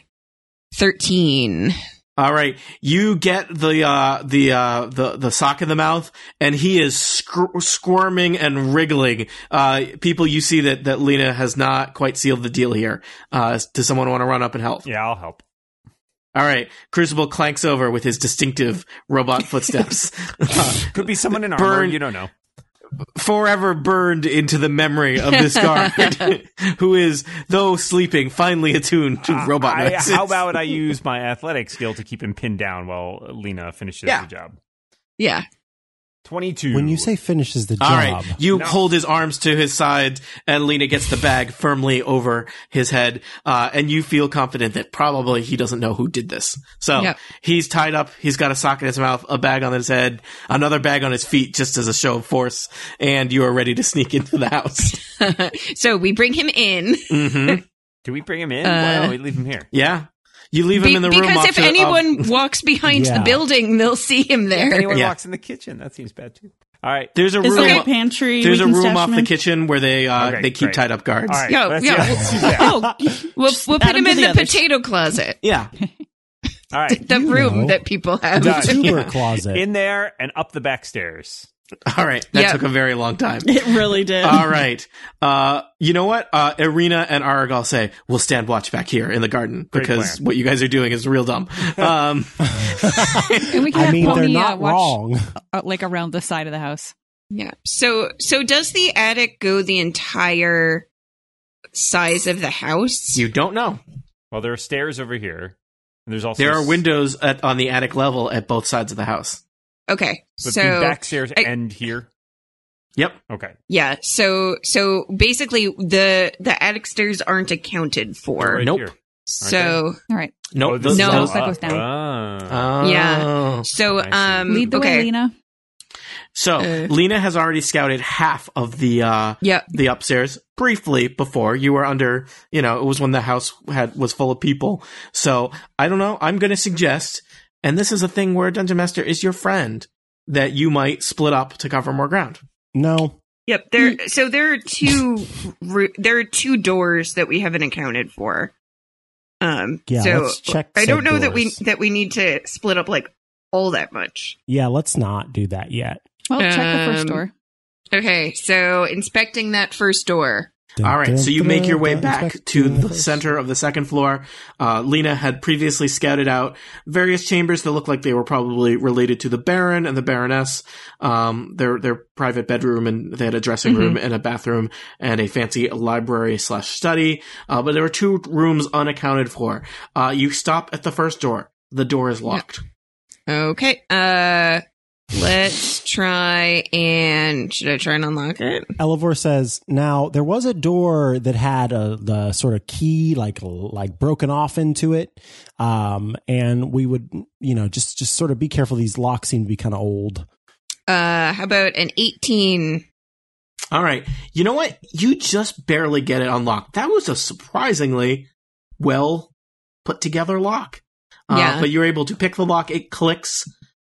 thirteen.
All right, you get the uh, the uh, the the sock in the mouth, and he is squir- squirming and wriggling. Uh, people, you see that that Lena has not quite sealed the deal here. Uh, does someone want to run up and help?
Yeah, I'll help.
All right, Crucible clanks over with his distinctive robot footsteps. Uh,
Could be someone in armor.
Burn-
You don't know.
forever burned into the memory of this guard, who is, though sleeping, finely attuned to
I-
robot
Ah, I,
noises.
How about I use my athletic skill to keep him pinned down while Lena finishes
Yeah.
the job?
Yeah.
Twenty-two.
When you say finishes the job,
All right, you
No.
hold his arms to his side, and Lena gets the bag firmly over his head, uh, and you feel confident that probably he doesn't know who did this. So
Yep.
he's tied up. He's got a sock in his mouth, a bag on his head, another bag on his feet, just as a show of force. And you are ready to sneak into the house.
so we bring him in.
hmm
do we bring him in?
Uh,
Why don't we leave him here?
Yeah, you leave him
Be-
in the room um,
because
off
if
to- off-
anyone walks behind
Yeah.
the building, they'll see him
If
there.
anyone
Yeah.
walks in the kitchen, that seems bad too. All right.
there's a
Is
room.
there a pantry?
There's a
we can
room
stash
off
them
the
in?
kitchen where they uh,
Okay,
they keep
great.
tied up guards.
All right.
Yeah,
let's-
yeah.
let's do that.
Oh,
We'll, we'll
add
put him
him to
in
the
the
others.
potato closet,
Yeah,
All right.
the
You
room
know.
that people have.
the
Done.
tuber closet.
In there and up the back stairs.
all right. That
Yeah.
took a very long time.
it really did.
all right. Uh, you know what? Uh, Irina and Aragal say we'll stand watch back here in the garden
Great
because
plan.
what you guys are doing is real dumb. Um,
And we can
I
have
mean, they're
Pony uh,
not
watch
wrong.
uh, like around the side of the house.
Yeah. So so does the attic go the entire size of the house?
you don't know.
Well, there are stairs over here. And there's also
There are
s-
windows at, on the attic level at both sides of the house.
okay.
But
So
the back stairs
I-
end here.
Yep.
Okay.
Yeah. So so basically the the adexters aren't accounted for.
Nope.
here.
So
All right.
Nope.
Oh, this
No.
is
That
up.
goes down.
Ah.
Oh.
Yeah. so
I
Mm,
um
Lead the
okay.
way, Lena.
So
Uh.
Lena has already scouted half of the uh,
Yeah.
the upstairs briefly before you were under. You know, it was when the house had was full of people. So I don't know. I'm going to suggest, and this is a thing where a dungeon master is your friend, that you might split up to cover more ground.
No.
Yep. There. So there are two. ru- there are two doors that we haven't accounted for. Um.
Yeah,
so
let's check
I don't
said
know that we
doors.
that we need to split up like all that much.
Yeah, let's not do that yet.
Well, check the
Um,
first door.
Okay. So inspecting that first door.
Dun,
All right,
dun,
so you make your way
dun,
back
inspect-
to
dun,
the
first.
center of the second floor. Uh, Lena had previously scouted out various chambers that looked like they were probably related to the Baron and the Baroness. Um, their their private bedroom and they had a dressing room and a bathroom and a fancy library slash study. Uh, but there were two rooms unaccounted for. Uh, you stop at the first door. The door is locked.
Okay. Uh. Let's try and should I try and unlock it?
Elevore says, "Now there was a door that had a the sort of key like like broken off into it, um, and we would you know just just sort of be careful. These locks seem to be kind of old.
Uh, how about an eighteen?
All right, you know what? You just barely get it unlocked. That was a surprisingly well put together lock. Uh,
Yeah.
But you're able to pick the lock. It clicks.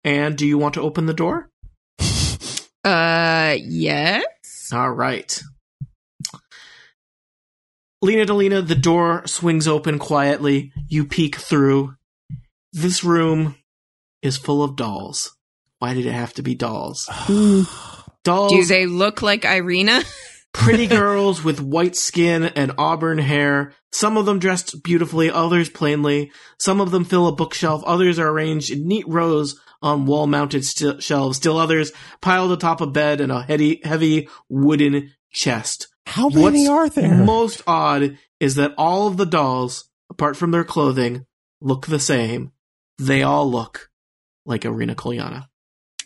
And do you want to open the door?
Uh, yes.
All right. Lena Delina, the door swings open quietly. You peek through. This room is full of dolls. Why did it have to be dolls? dolls.
Do they look like Irina?
pretty girls with white skin and auburn hair. Some of them dressed beautifully, others plainly. Some of them fill a bookshelf, others are arranged in neat rows on wall mounted st- shelves, still others piled atop a bed and a heady, heavy wooden chest.
How many are there?
most odd is that all of the dolls, apart from their clothing, look the same. They all look like Arena Kolyana.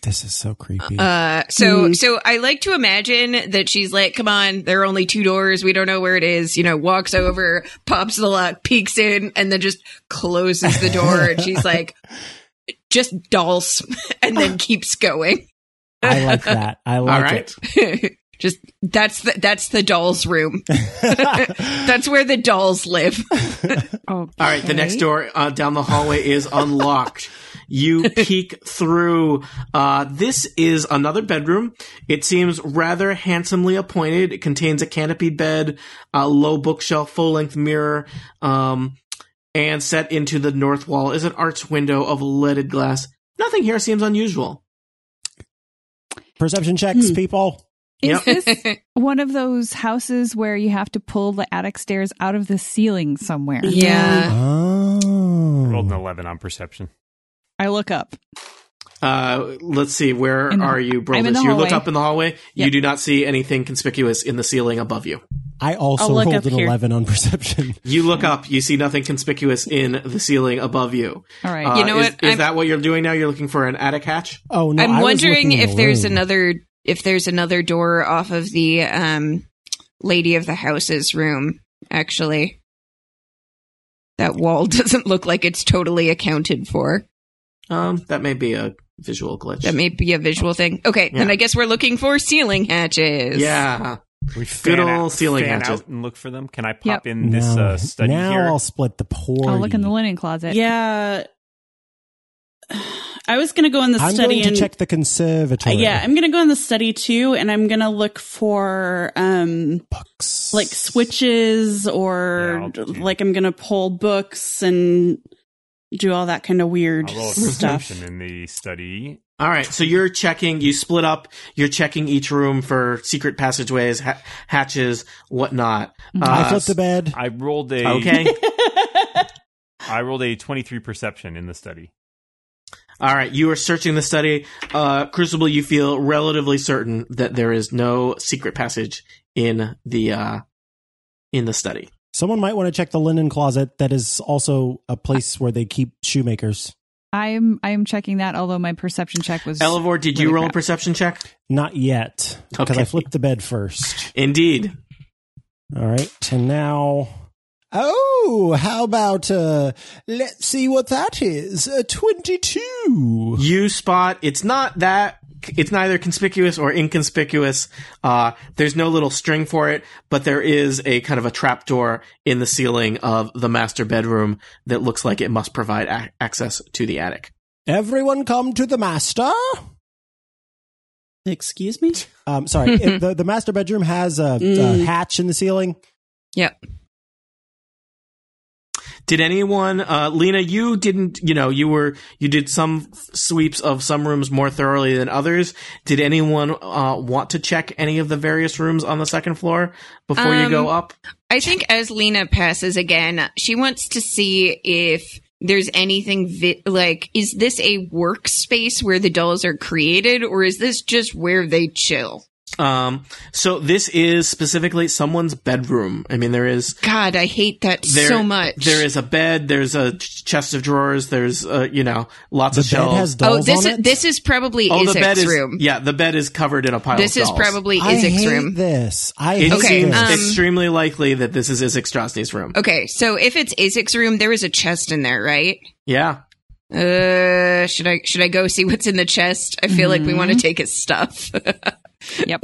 this is so creepy.
Uh, so
Mm.
so I like to imagine that she's like, "Come on, there are only two doors. We don't know where it is." You know, walks over, pops the lock, peeks in, and then just closes the door. and she's like, "Just dolls," and then keeps going.
I like that. I
All
like
right.
just that's the that's the dolls' room.
it.
That's where the dolls live.
All right, the next door uh, down the hallway is unlocked. you peek through. Uh, this is another bedroom. It seems rather handsomely appointed. It contains a canopied bed, a low bookshelf, full length mirror, um, and set into the north wall is an arched window of leaded glass. Nothing here seems unusual.
Perception checks,
Hmm.
people.
Is
Yep.
this one of those houses where you have to pull the attic stairs out of the ceiling somewhere? Uh,
Yeah.
Oh,
Rolled an 11 on perception.
I look up.
Uh, let's see, where
In the-
are you,
I'm in
Brodus?
the
You looked
hallway.
up in the hallway. You
Yep.
do not see anything conspicuous in the ceiling above you.
I also
I'll look
rolled
up
an
here.
eleven on perception.
You look up, you see nothing conspicuous in the ceiling above you.
All right.
Uh,
You know
is,
what?
Is
I'm-
that what you're doing now? You're looking for an attic hatch?
Oh no! I
I'm
was
wondering
looking in
if
the
there's
room.
another if there's another door off of the um lady of the house's room actually. That wall doesn't look like it's totally accounted for.
Um, that may be a visual glitch.
That may be a visual thing. Okay, then
Yeah.
I guess we're looking for ceiling hatches.
yeah.
We fan
ol'
out-
ceiling
fan
hatches.
out and look for them. Can I pop
Yep.
in this
now,
uh, study
now
here?
I'll split the poor.
I'll look in the linen closet.
Yeah. I was going to go in the
I'm
study
going to
and
check the conservatory.
yeah, I'm going to go in the study too and I'm going to look for um
books
like switches
Yeah, I'll
or
do-
like I'm going to pull books and do all that kind of weird
I'll roll a
stuff.
perception in the study.
All right. So you're checking, you split up, you're checking each room for secret passageways, ha- hatches, whatnot.
I
Uh,
flipped the bed.
I rolled a
okay.
I rolled a 23 perception in the study.
All right, you are searching the study. Uh, Crucible, you feel relatively certain that there is no secret passage in the uh, in the study.
Someone might want to check the linen closet. That is also a place where they keep shoemakers.
I'm I'm checking that. Although my perception check was
Elevor, did you
Really
roll a
crap.
perception check?
Not yet, because
Okay.
I flipped the bed first.
Indeed.
All right, and now. Oh, how about uh let's see what that is. A 22.
You spot it's not that it's neither conspicuous or inconspicuous. Uh, there's no little string for it, but there is a kind of a trapdoor in the ceiling of the master bedroom that looks like it must provide ac access to the attic.
Everyone come to the master.
Excuse me?
Um sorry, it- the the master bedroom has a, a
Mm.
hatch in the ceiling.
Did anyone, uh, Lena? You didn't. You know, you were you did some sweeps of some rooms more thoroughly than others. Did anyone uh, want to check any of the various rooms on the second floor before you
Um,
go up?
I think as Lena passes again, she wants to see if there's anything vi- like is this a workspace where the dolls are created or is this just where they chill?
Um, so this is specifically someone's bedroom. I mean, there is
God, I hate that
there,
so much.
There is a bed. There's a ch- chest of drawers. There's uh, you know lots
The
of
bed
shelves.
has
Oh,
dolls
this
on
is
it.
this is probably
oh, the
Isaac's
bed is
room.
yeah. The bed is covered in a pile.
this
of
is
dolls.
probably
I
Isaac's
hate
room.
this. I
It
hate
Okay,
seems
um,
this.
extremely likely that this is Isaac Strasny's room.
Okay, so if it's Isaac's room, there is a chest in there, right?
Yeah.
Uh, should I should I go see what's in the chest? I feel like we want to
Mm-hmm.
take his stuff,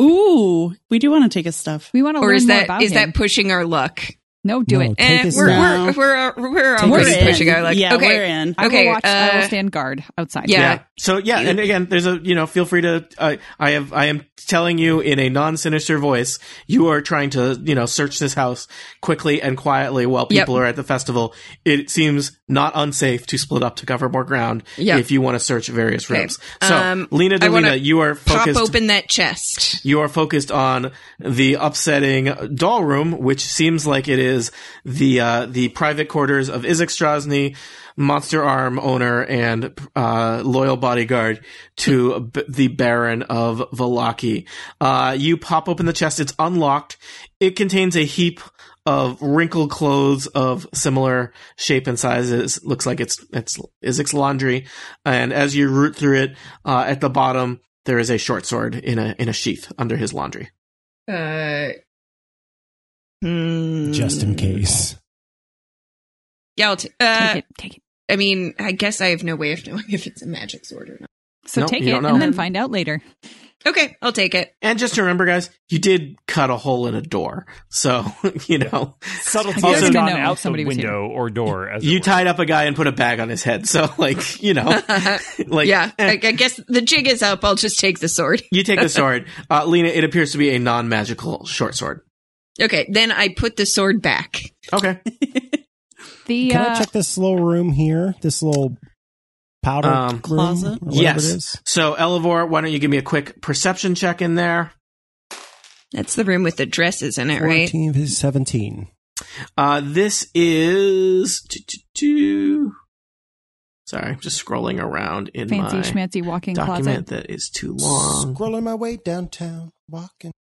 Ooh, we do want to take his stuff.
We want to
or
learn
is
more
that
about
is
him.
that pushing our luck?
no, do
No,
it.
take
Eh,
his
we're,
stuff.
we're,
stuff.
we're uh, we're
Take
already
his stuff.
pushing our luck.
Yeah,
okay,
we're in.
I
okay,
will watch. I will
uh,
stand guard outside.
Yeah.
So yeah, and again, there's a you know, feel free to I I have I am telling you in a non sinister voice, you are trying to you know search this house quickly and quietly while
Yep.
people are at the festival. It seems not unsafe to split up to cover more ground
Yep.
if you want to search various
Okay.
rooms. So
Um,
Lena
I wanna
Delina, you are
pop
focused.
open that chest.
you are focused on the upsetting doll room, which seems like it is the uh, the private quarters of Isaac Strasny, Monster Arm owner and uh, loyal bodyguard to b- the Baron of Valaki. Uh, you pop open the chest; it's unlocked. It contains a heap of wrinkled clothes of similar shape and sizes. Looks like it's it's Isaac's laundry. And as you root through it, uh, at the bottom there is a short sword in a in a sheath under his laundry.
Uh, hmm.
Just in case.
Yeah, I'll t- uh,
take it. Take it.
I mean, I guess I have no way of knowing if it's a magic sword or not.
So
no,
take
you
it
don't know.
and then find out later.
Okay, I'll take it.
And just remember, guys, you did cut a hole in a door, so you know
Subtlety
I was
also
gonna
gone
know if
out the
somebody was here.
window or door. As it
you
were.
tied up a guy and put a bag on his head. So like you know, like
yeah, I,
eh,
I guess the jig is up. I'll just take the sword.
you take the sword, uh, Lena. It appears to be a non magical short sword.
Okay, then I put the sword back.
Okay,
The
Can I
uh,
check this little room here? This little powder
Um,
room,
Closet?
or whatever
yes.
it is?
So Elevor, why don't you give me a quick perception check in there?
That's the room with the dresses in it, right?
14 of his 17.
Uh, this is. Sorry, I'm just scrolling around in
fancy
my
schmancy walking
document
closet.
that is too long.
Scrolling my way downtown, walking.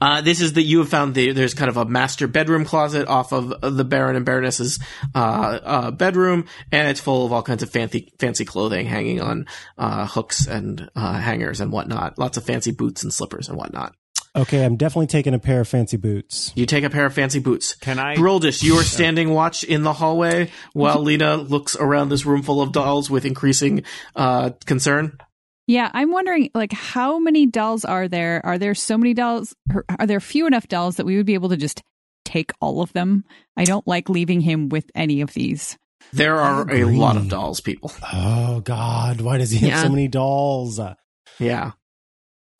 Uh, this is that you have found the, there's kind of a master bedroom closet off of uh, the Baron and Baroness's uh, uh, bedroom, and it's full of all kinds of fancy fancy clothing hanging on uh, hooks and uh, hangers and whatnot. Lots of fancy boots and slippers and whatnot.
Okay, I'm definitely taking a pair of fancy boots.
You take a pair of fancy boots.
Can I?
Broldish, you are standing watch in the hallway while Lena looks around this room full of dolls with increasing uh, concern.
Yeah, I'm wondering like how many dolls are there? Are there so many dolls? or Are there few enough dolls that we would be able to just take all of them? I don't like leaving him with any of these.
There are a
Agree.
lot of dolls, people.
Oh, God. Why does he have
Yeah.
so many dolls? Uh,
Yeah.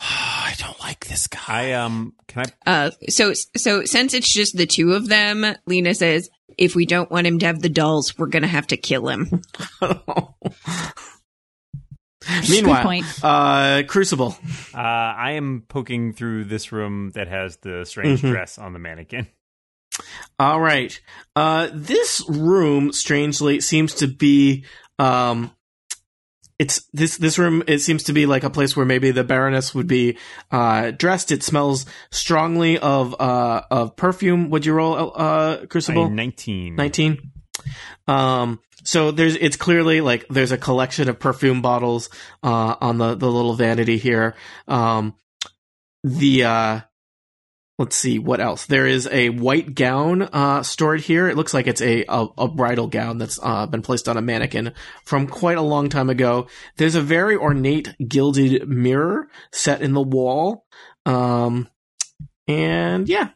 I don't like this guy.
I um. Can I?
Uh, so, so since it's just the two of them, Lena says, if we don't want him to have the dolls, we're gonna have to kill him.
Good
Meanwhile,
point.
uh, Crucible.
Uh, I am poking through this room that has the strange
Mhm.
dress on the mannequin.
All right. Uh, this room, strangely, seems to be. Um, it's this this room. It seems to be like a place where maybe the Baroness would be uh, dressed. It smells strongly of uh, of perfume. Would you roll uh,
I
Crucible?
Nineteen.
Nineteen. Um, so there's it's clearly like there's a collection of perfume bottles uh, on the the little vanity here. Um, the uh, let's see what else. There is a white gown uh, stored here. It looks like it's a a, a bridal gown that's uh, been placed on a mannequin from quite a long time ago. There's a very ornate gilded mirror set in the wall. Um, and yeah,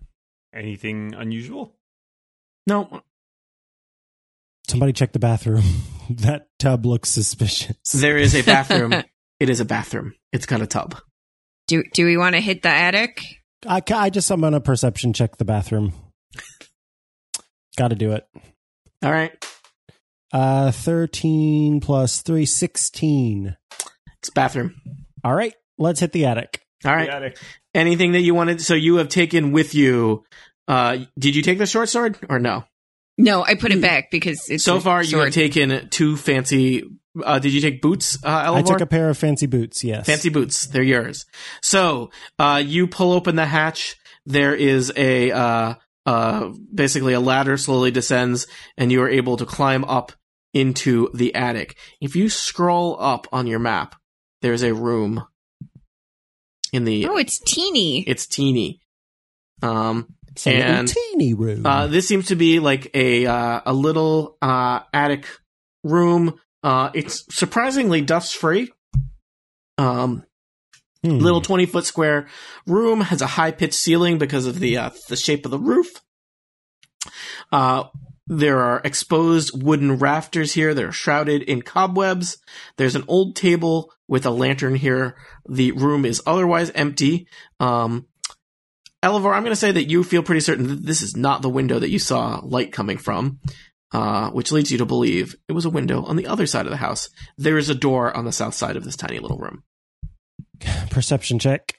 Anything unusual?
no,
Somebody check the bathroom. that tub looks suspicious.
there is a bathroom. it is a bathroom. It's got a tub.
Do do we want to hit the attic?
I, ca- I just I'm gonna perception check the bathroom. Got to do it.
All right.
Uh, thirteen plus three, sixteen.
It's bathroom.
All right, let's hit the attic.
All right. Anything that you wanted? So you have taken with you. Uh, did you take the short sword or no?
No, I put it back because it's
Hmm. so
a
far, you
sword.
have taken two fancy. Uh, did you take boots? Uh,
I took
Elevore?
a pair of fancy boots. Yes,
Fancy boots. They're yours. So uh, you pull open the hatch. There is a uh, uh, basically a ladder slowly descends, and you are able to climb up into the attic. If you scroll up on your map, there's a room in the.
Oh, it's teeny.
It's teeny. Um,
It's a little
and-
teeny room.
uh, this seems to be like a uh, a little uh, attic room. Uh, it's surprisingly dust free. Um,
Hmm.
little 20 foot square room has a high pitched ceiling because of the uh, the shape of the roof uh there are exposed wooden rafters here that are shrouded in cobwebs. There's an old table with a lantern here. The room is otherwise empty. Um, Elevor, I'm going to say that you feel pretty certain that this is not the window that you saw light coming from, uh, which leads you to believe it was a window on the other side of the house. There is a door on the south side of this tiny little room.
perception check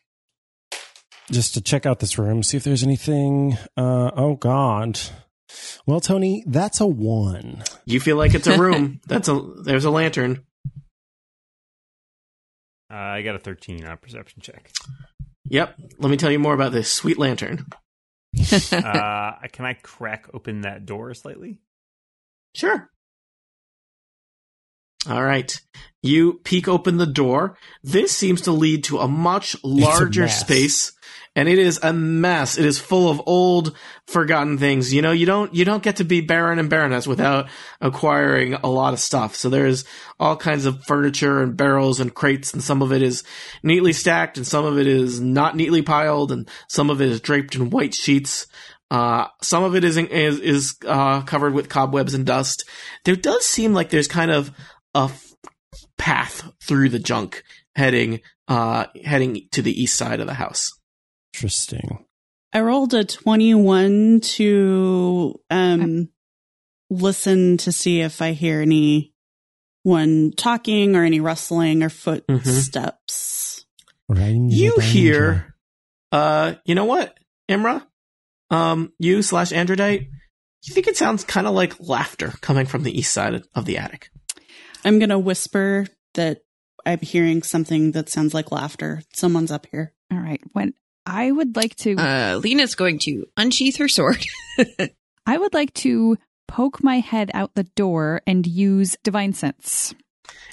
just to check out this room see if there's anything uh oh god well tony that's a one
You feel like it's a room. That's a there's a lantern.
Uh, I got a 13 on perception check.
Yep. Let me tell you more about this sweet lantern.
uh, can I crack open that door slightly?
Sure. All right. You peek open the door. This seems to lead to a much larger
mess.
space and it is a mess. It is full of old forgotten things. You know, you don't you don't get to be baron and baroness without acquiring a lot of stuff. So there's all kinds of furniture and barrels and crates and some of it is neatly stacked and some of it is not neatly piled and some of it is draped in white sheets. Uh, some of it is is is uh, covered with cobwebs and dust. There does seem like there's kind of a f- path through the junk heading uh heading to the east side of the house.
interesting
I rolled a 21 to um listen to see if I hear anyone talking or any rustling or
Mm-hmm.
footsteps.
Ranger,
you
ranger.
hear uh you know what imra um you slash androdite you think it sounds kind of like laughter coming from the east side of the attic
I'm going to whisper that I'm hearing something that sounds like laughter. Someone's up here.
All right. When I would like to,
Uh, Lena's going to unsheath her sword.
I would like to poke my head out the door and use divine sense,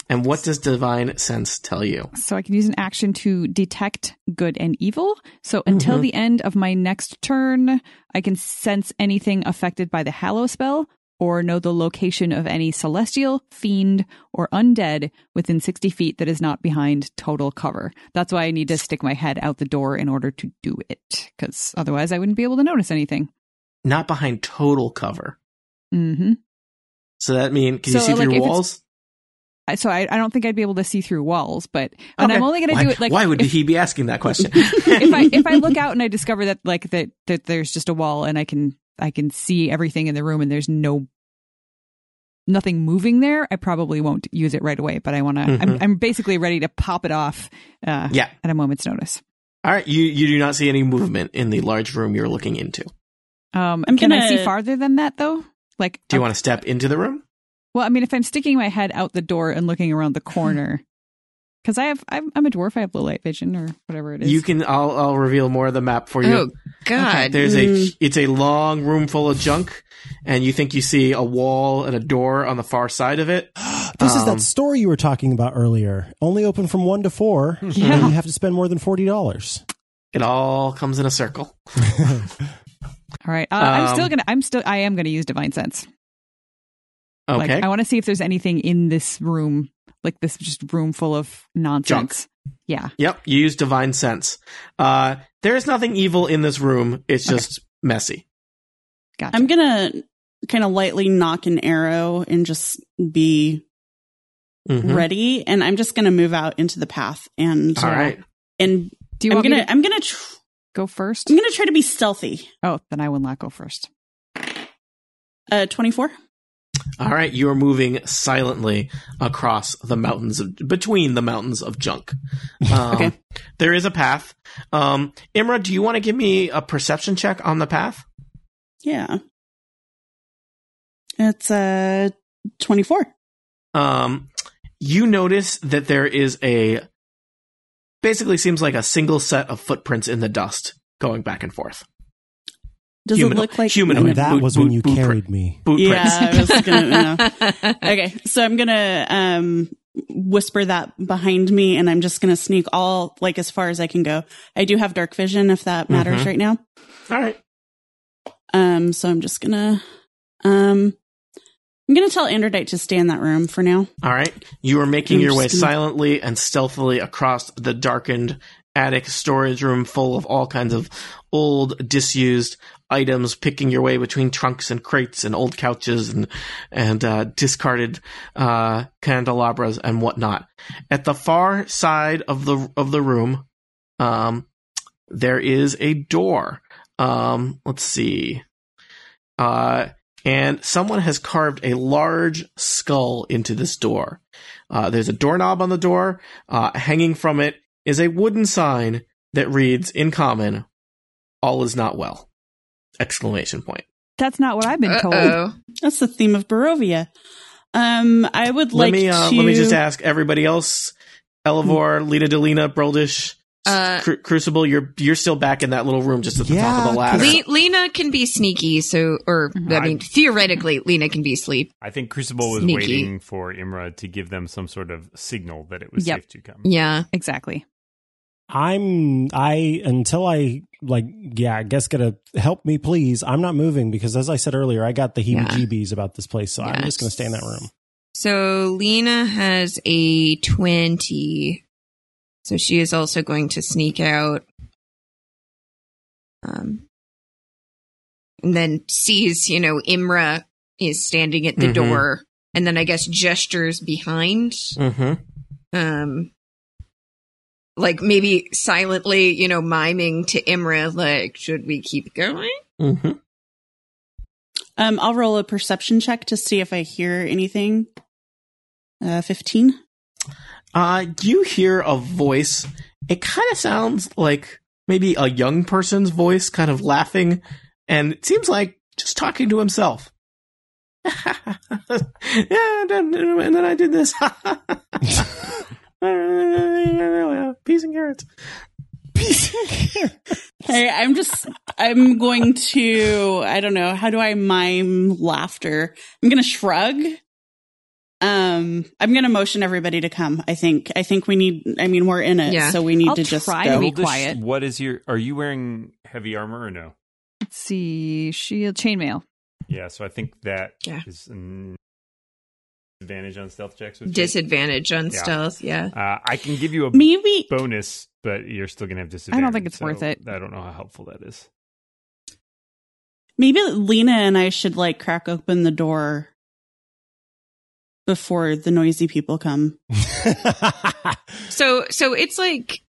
and what does divine sense tell you
so I can use an action to detect good and evil. So
Mm-hmm.
until the end of my next turn, I can sense anything affected by the Hallow spell or know the location of any celestial, fiend, or undead within 60 feet that is not behind total cover. That's why I need to stick my head out the door in order to do it, because otherwise I wouldn't be able to notice anything.
not behind total cover
Mm-hmm.
so that mean can you
So,
see
like,
through
if it's-
walls
I- so I, I don't think I'd be able to see through walls, but and I'm
Okay.
only going to
why,
do it like
why would
if,
he be asking that question
if I if I look out and I discover that like that that there's just a wall and I can I can see everything in the room and there's no nothing moving there, I probably won't use it right away. But I want to. I'm,
Mhm.
I'm basically ready to pop it off uh,
yeah
at a moment's notice.
all right you you do not see any movement in the large room you're looking into
Um,
I'm
can I see
gonna-
farther than that though? Like, uh,
do you want to step into the room
well, I mean, if I'm sticking my head out the door and looking around the corner, because I have I'm, I'm a dwarf. I have low light vision or whatever it is.
You can. I'll I'll reveal more of the map for you.
Oh God!
There's a. It's a long room full of junk, and you think you see a wall and a door on the far side of it.
This is
Um,
that store you were talking about earlier. Only open from one to four.
Yeah.
and You have to spend more than forty dollars.
It all comes in a circle.
All right, uh, I'm still
Um,
gonna I'm still I am gonna use divine sense. Like,
Okay.
I want to see if there's anything in this room, like this just room full of nonsense. Yeah.
yep. You use divine sense. Uh, there is nothing evil in this room. It's just messy.
Gotcha.
I'm gonna kind of lightly knock an arrow and just be
Mhm.
ready, and I'm just gonna move out into the path and uh,
All right.
and
Do you
I'm
want
gonna Mm.
me to
I'm gonna tr-
go first?
I'm gonna try to be stealthy.
Oh, then I will not go first.
Uh, twenty four.
All right, you are moving silently across the mountains of between the mountains of junk. Um,
Okay.
there is a path. Um, Imra, do you want to give me a perception check on the path?
Yeah, it's uh twenty four.
Um, you notice that there is a basically seems like a single set of footprints in the dust going back and forth.
Does
Human-
it look like
human-
And
Minimum.
that
Boot-
was when
boot-
you
boot print.
carried me.
Boot prints.
Yeah, I was gonna. no. Okay, so I'm gonna um whisper that behind me, and I'm just gonna sneak all like as far as I can go. I do have dark vision, if that matters
Mhm.
right now.
All right.
Um, so I'm just gonna um I'm gonna tell Androdite to stay in that room for now.
All right. You are making
I'm
your
just
way
gonna-
silently and stealthily across the darkened attic storage room full of all kinds of old, disused items, picking your way between trunks and crates and old couches and and uh, discarded uh, candelabras and whatnot. At the far side of the of the room, um, there is a door. Um, let's see. Uh, and someone has carved a large skull into this door. Uh, there's a doorknob on the door. Uh, hanging from it is a wooden sign that reads, in common, all is not well. Exclamation point.
That's not what I've been told.
oh.
That's the theme of Barovia. Um I would
let
like
me uh,
to
let me just ask everybody else: Elivor, Lita, Delina, Broldish,
Uh,
Cru- Crucible. You're you're still back in that little room just at the top of
Yeah,
the ladder.
Le- Lena can be sneaky, so or I
Mm-hmm.
mean, theoretically, Lena can be asleep.
I think Crucible was
Sneaky.
waiting for Imra to give them some sort of signal that it was
Yep.
safe to come.
Yeah,
Exactly.
I'm I until I like yeah, I guess gotta help me please. I'm not moving because as I said earlier, I got the
Yeah.
heebie jeebies about this place, so I'm
Yeah.
just gonna stay in that room.
so Lena has a twenty, so she is also going to sneak out. Um, and then sees you know Imra is standing at the
Mhm.
door, and then I guess gestures behind.
Mm-hmm.
um like maybe silently you know miming to imra like should we keep going
Mm-hmm.
um I'll roll a perception check to see if I hear anything. Uh fifteen.
Uh, you hear a voice. It kind of sounds like maybe a young person's voice, kind of laughing, and it seems like just talking to himself. yeah, and then and then I did this. Peas and carrots.
I, I'm just I'm going to I don't know, how do I mime laughter? I'm gonna shrug. Um I'm gonna motion everybody to come, I think. I think we need I mean we're in it,
Yeah.
so we need
I'll
to just
try
go.
to be
Broldish,
quiet.
What is your? Are you wearing heavy armor or no?
Let's see. Shield chainmail.
Yeah, so I think that is
Yeah.
an advantage on stealth checks. With you.
disadvantage on
Yeah.
stealth yeah
Uh, I can give you a
Maybe
bonus, but you're still gonna have disadvantage.
I don't think it's
so
worth it.
I don't know how helpful that is.
Maybe Lena and I should like crack open the door before the noisy people come.
so so it's like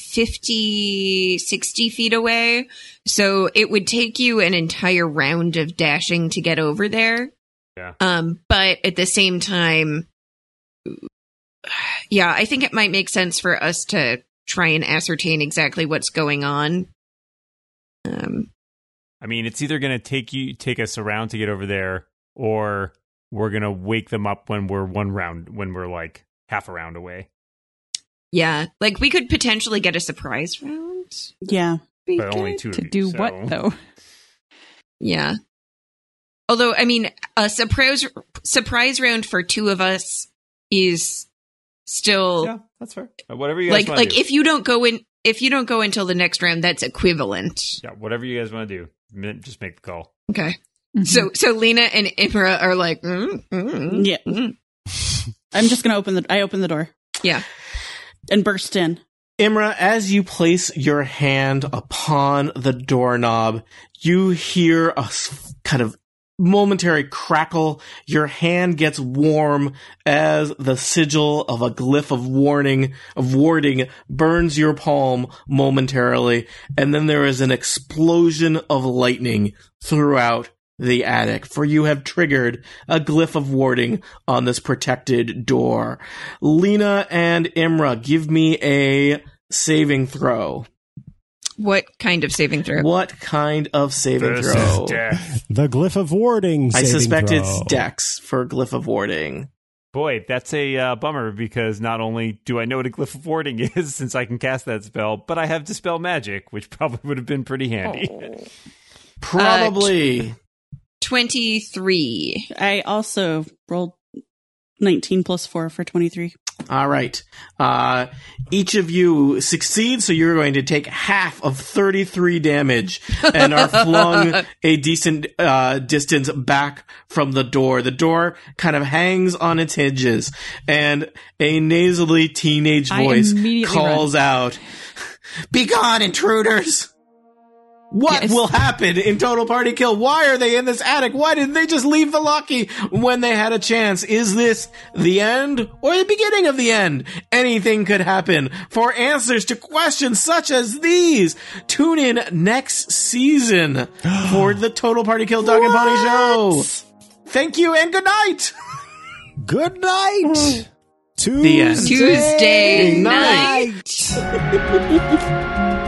50 60 feet away so it would take you an entire round of dashing to get over there
Yeah.
um but at the same time yeah i think it might make sense for us to try and ascertain exactly what's going on um
I mean, it's either gonna take you take us around to get over there, or we're gonna wake them up when we're one round when we're like half a round away.
Yeah, like we could potentially get a surprise round.
Yeah.
Be
But only
good.
two
to
of you,
do
so-
what though?
Yeah. Although I mean, a surprise surprise round for two of us is still
Yeah, that's fair. Uh, Whatever you guys
like
want to
like
do.
if you don't go in if you don't go until the next round, that's equivalent.
yeah, whatever you guys want to do, Min- just make the call.
Okay.
Mm-hmm.
So so Lena and Imra are like, mm,
Mm-hmm.
mm,
Yeah.
mm.
I'm just gonna open the I open the door.
Yeah.
And burst in.
Imra, as you place your hand upon the doorknob, you hear a s- kind of momentary crackle. Your hand gets warm as the sigil of a glyph of warning, of warding burns your palm momentarily, and then there is an explosion of lightning throughout the attic, for you have triggered a glyph of warding on this protected door. Lena and Imra, give me a saving throw.
What kind of saving throw?
What kind of saving
This
throw?
is death.
The glyph of warding.
I
saving
suspect
throw.
it's Dex for glyph of warding.
Boy, that's a uh, bummer because not only do I know what a glyph of warding is since I can cast that spell, but I have dispel magic, which probably would have been pretty handy.
Probably.
Twenty three.
I also rolled 19 plus 4 for 23.
All right. Uh, each of you succeeds, so you're going to take half of 33 damage and are flung a decent uh, distance back from the door. The door kind of hangs on its hinges, and a nasally teenage
I
voice
immediately
calls out, "Be gone, intruders!" What
Yes.
will happen in Total Party Kill? Why are they in this attic? Why didn't they just leave the Locky when they had a chance? Is this the end or the beginning of the end? Anything could happen. For answers to questions such as these, tune in next season for the Total Party Kill Dog and Pony Show. Thank you and good night.
Good night.
The end.
Tuesday
Tuesday night.
night.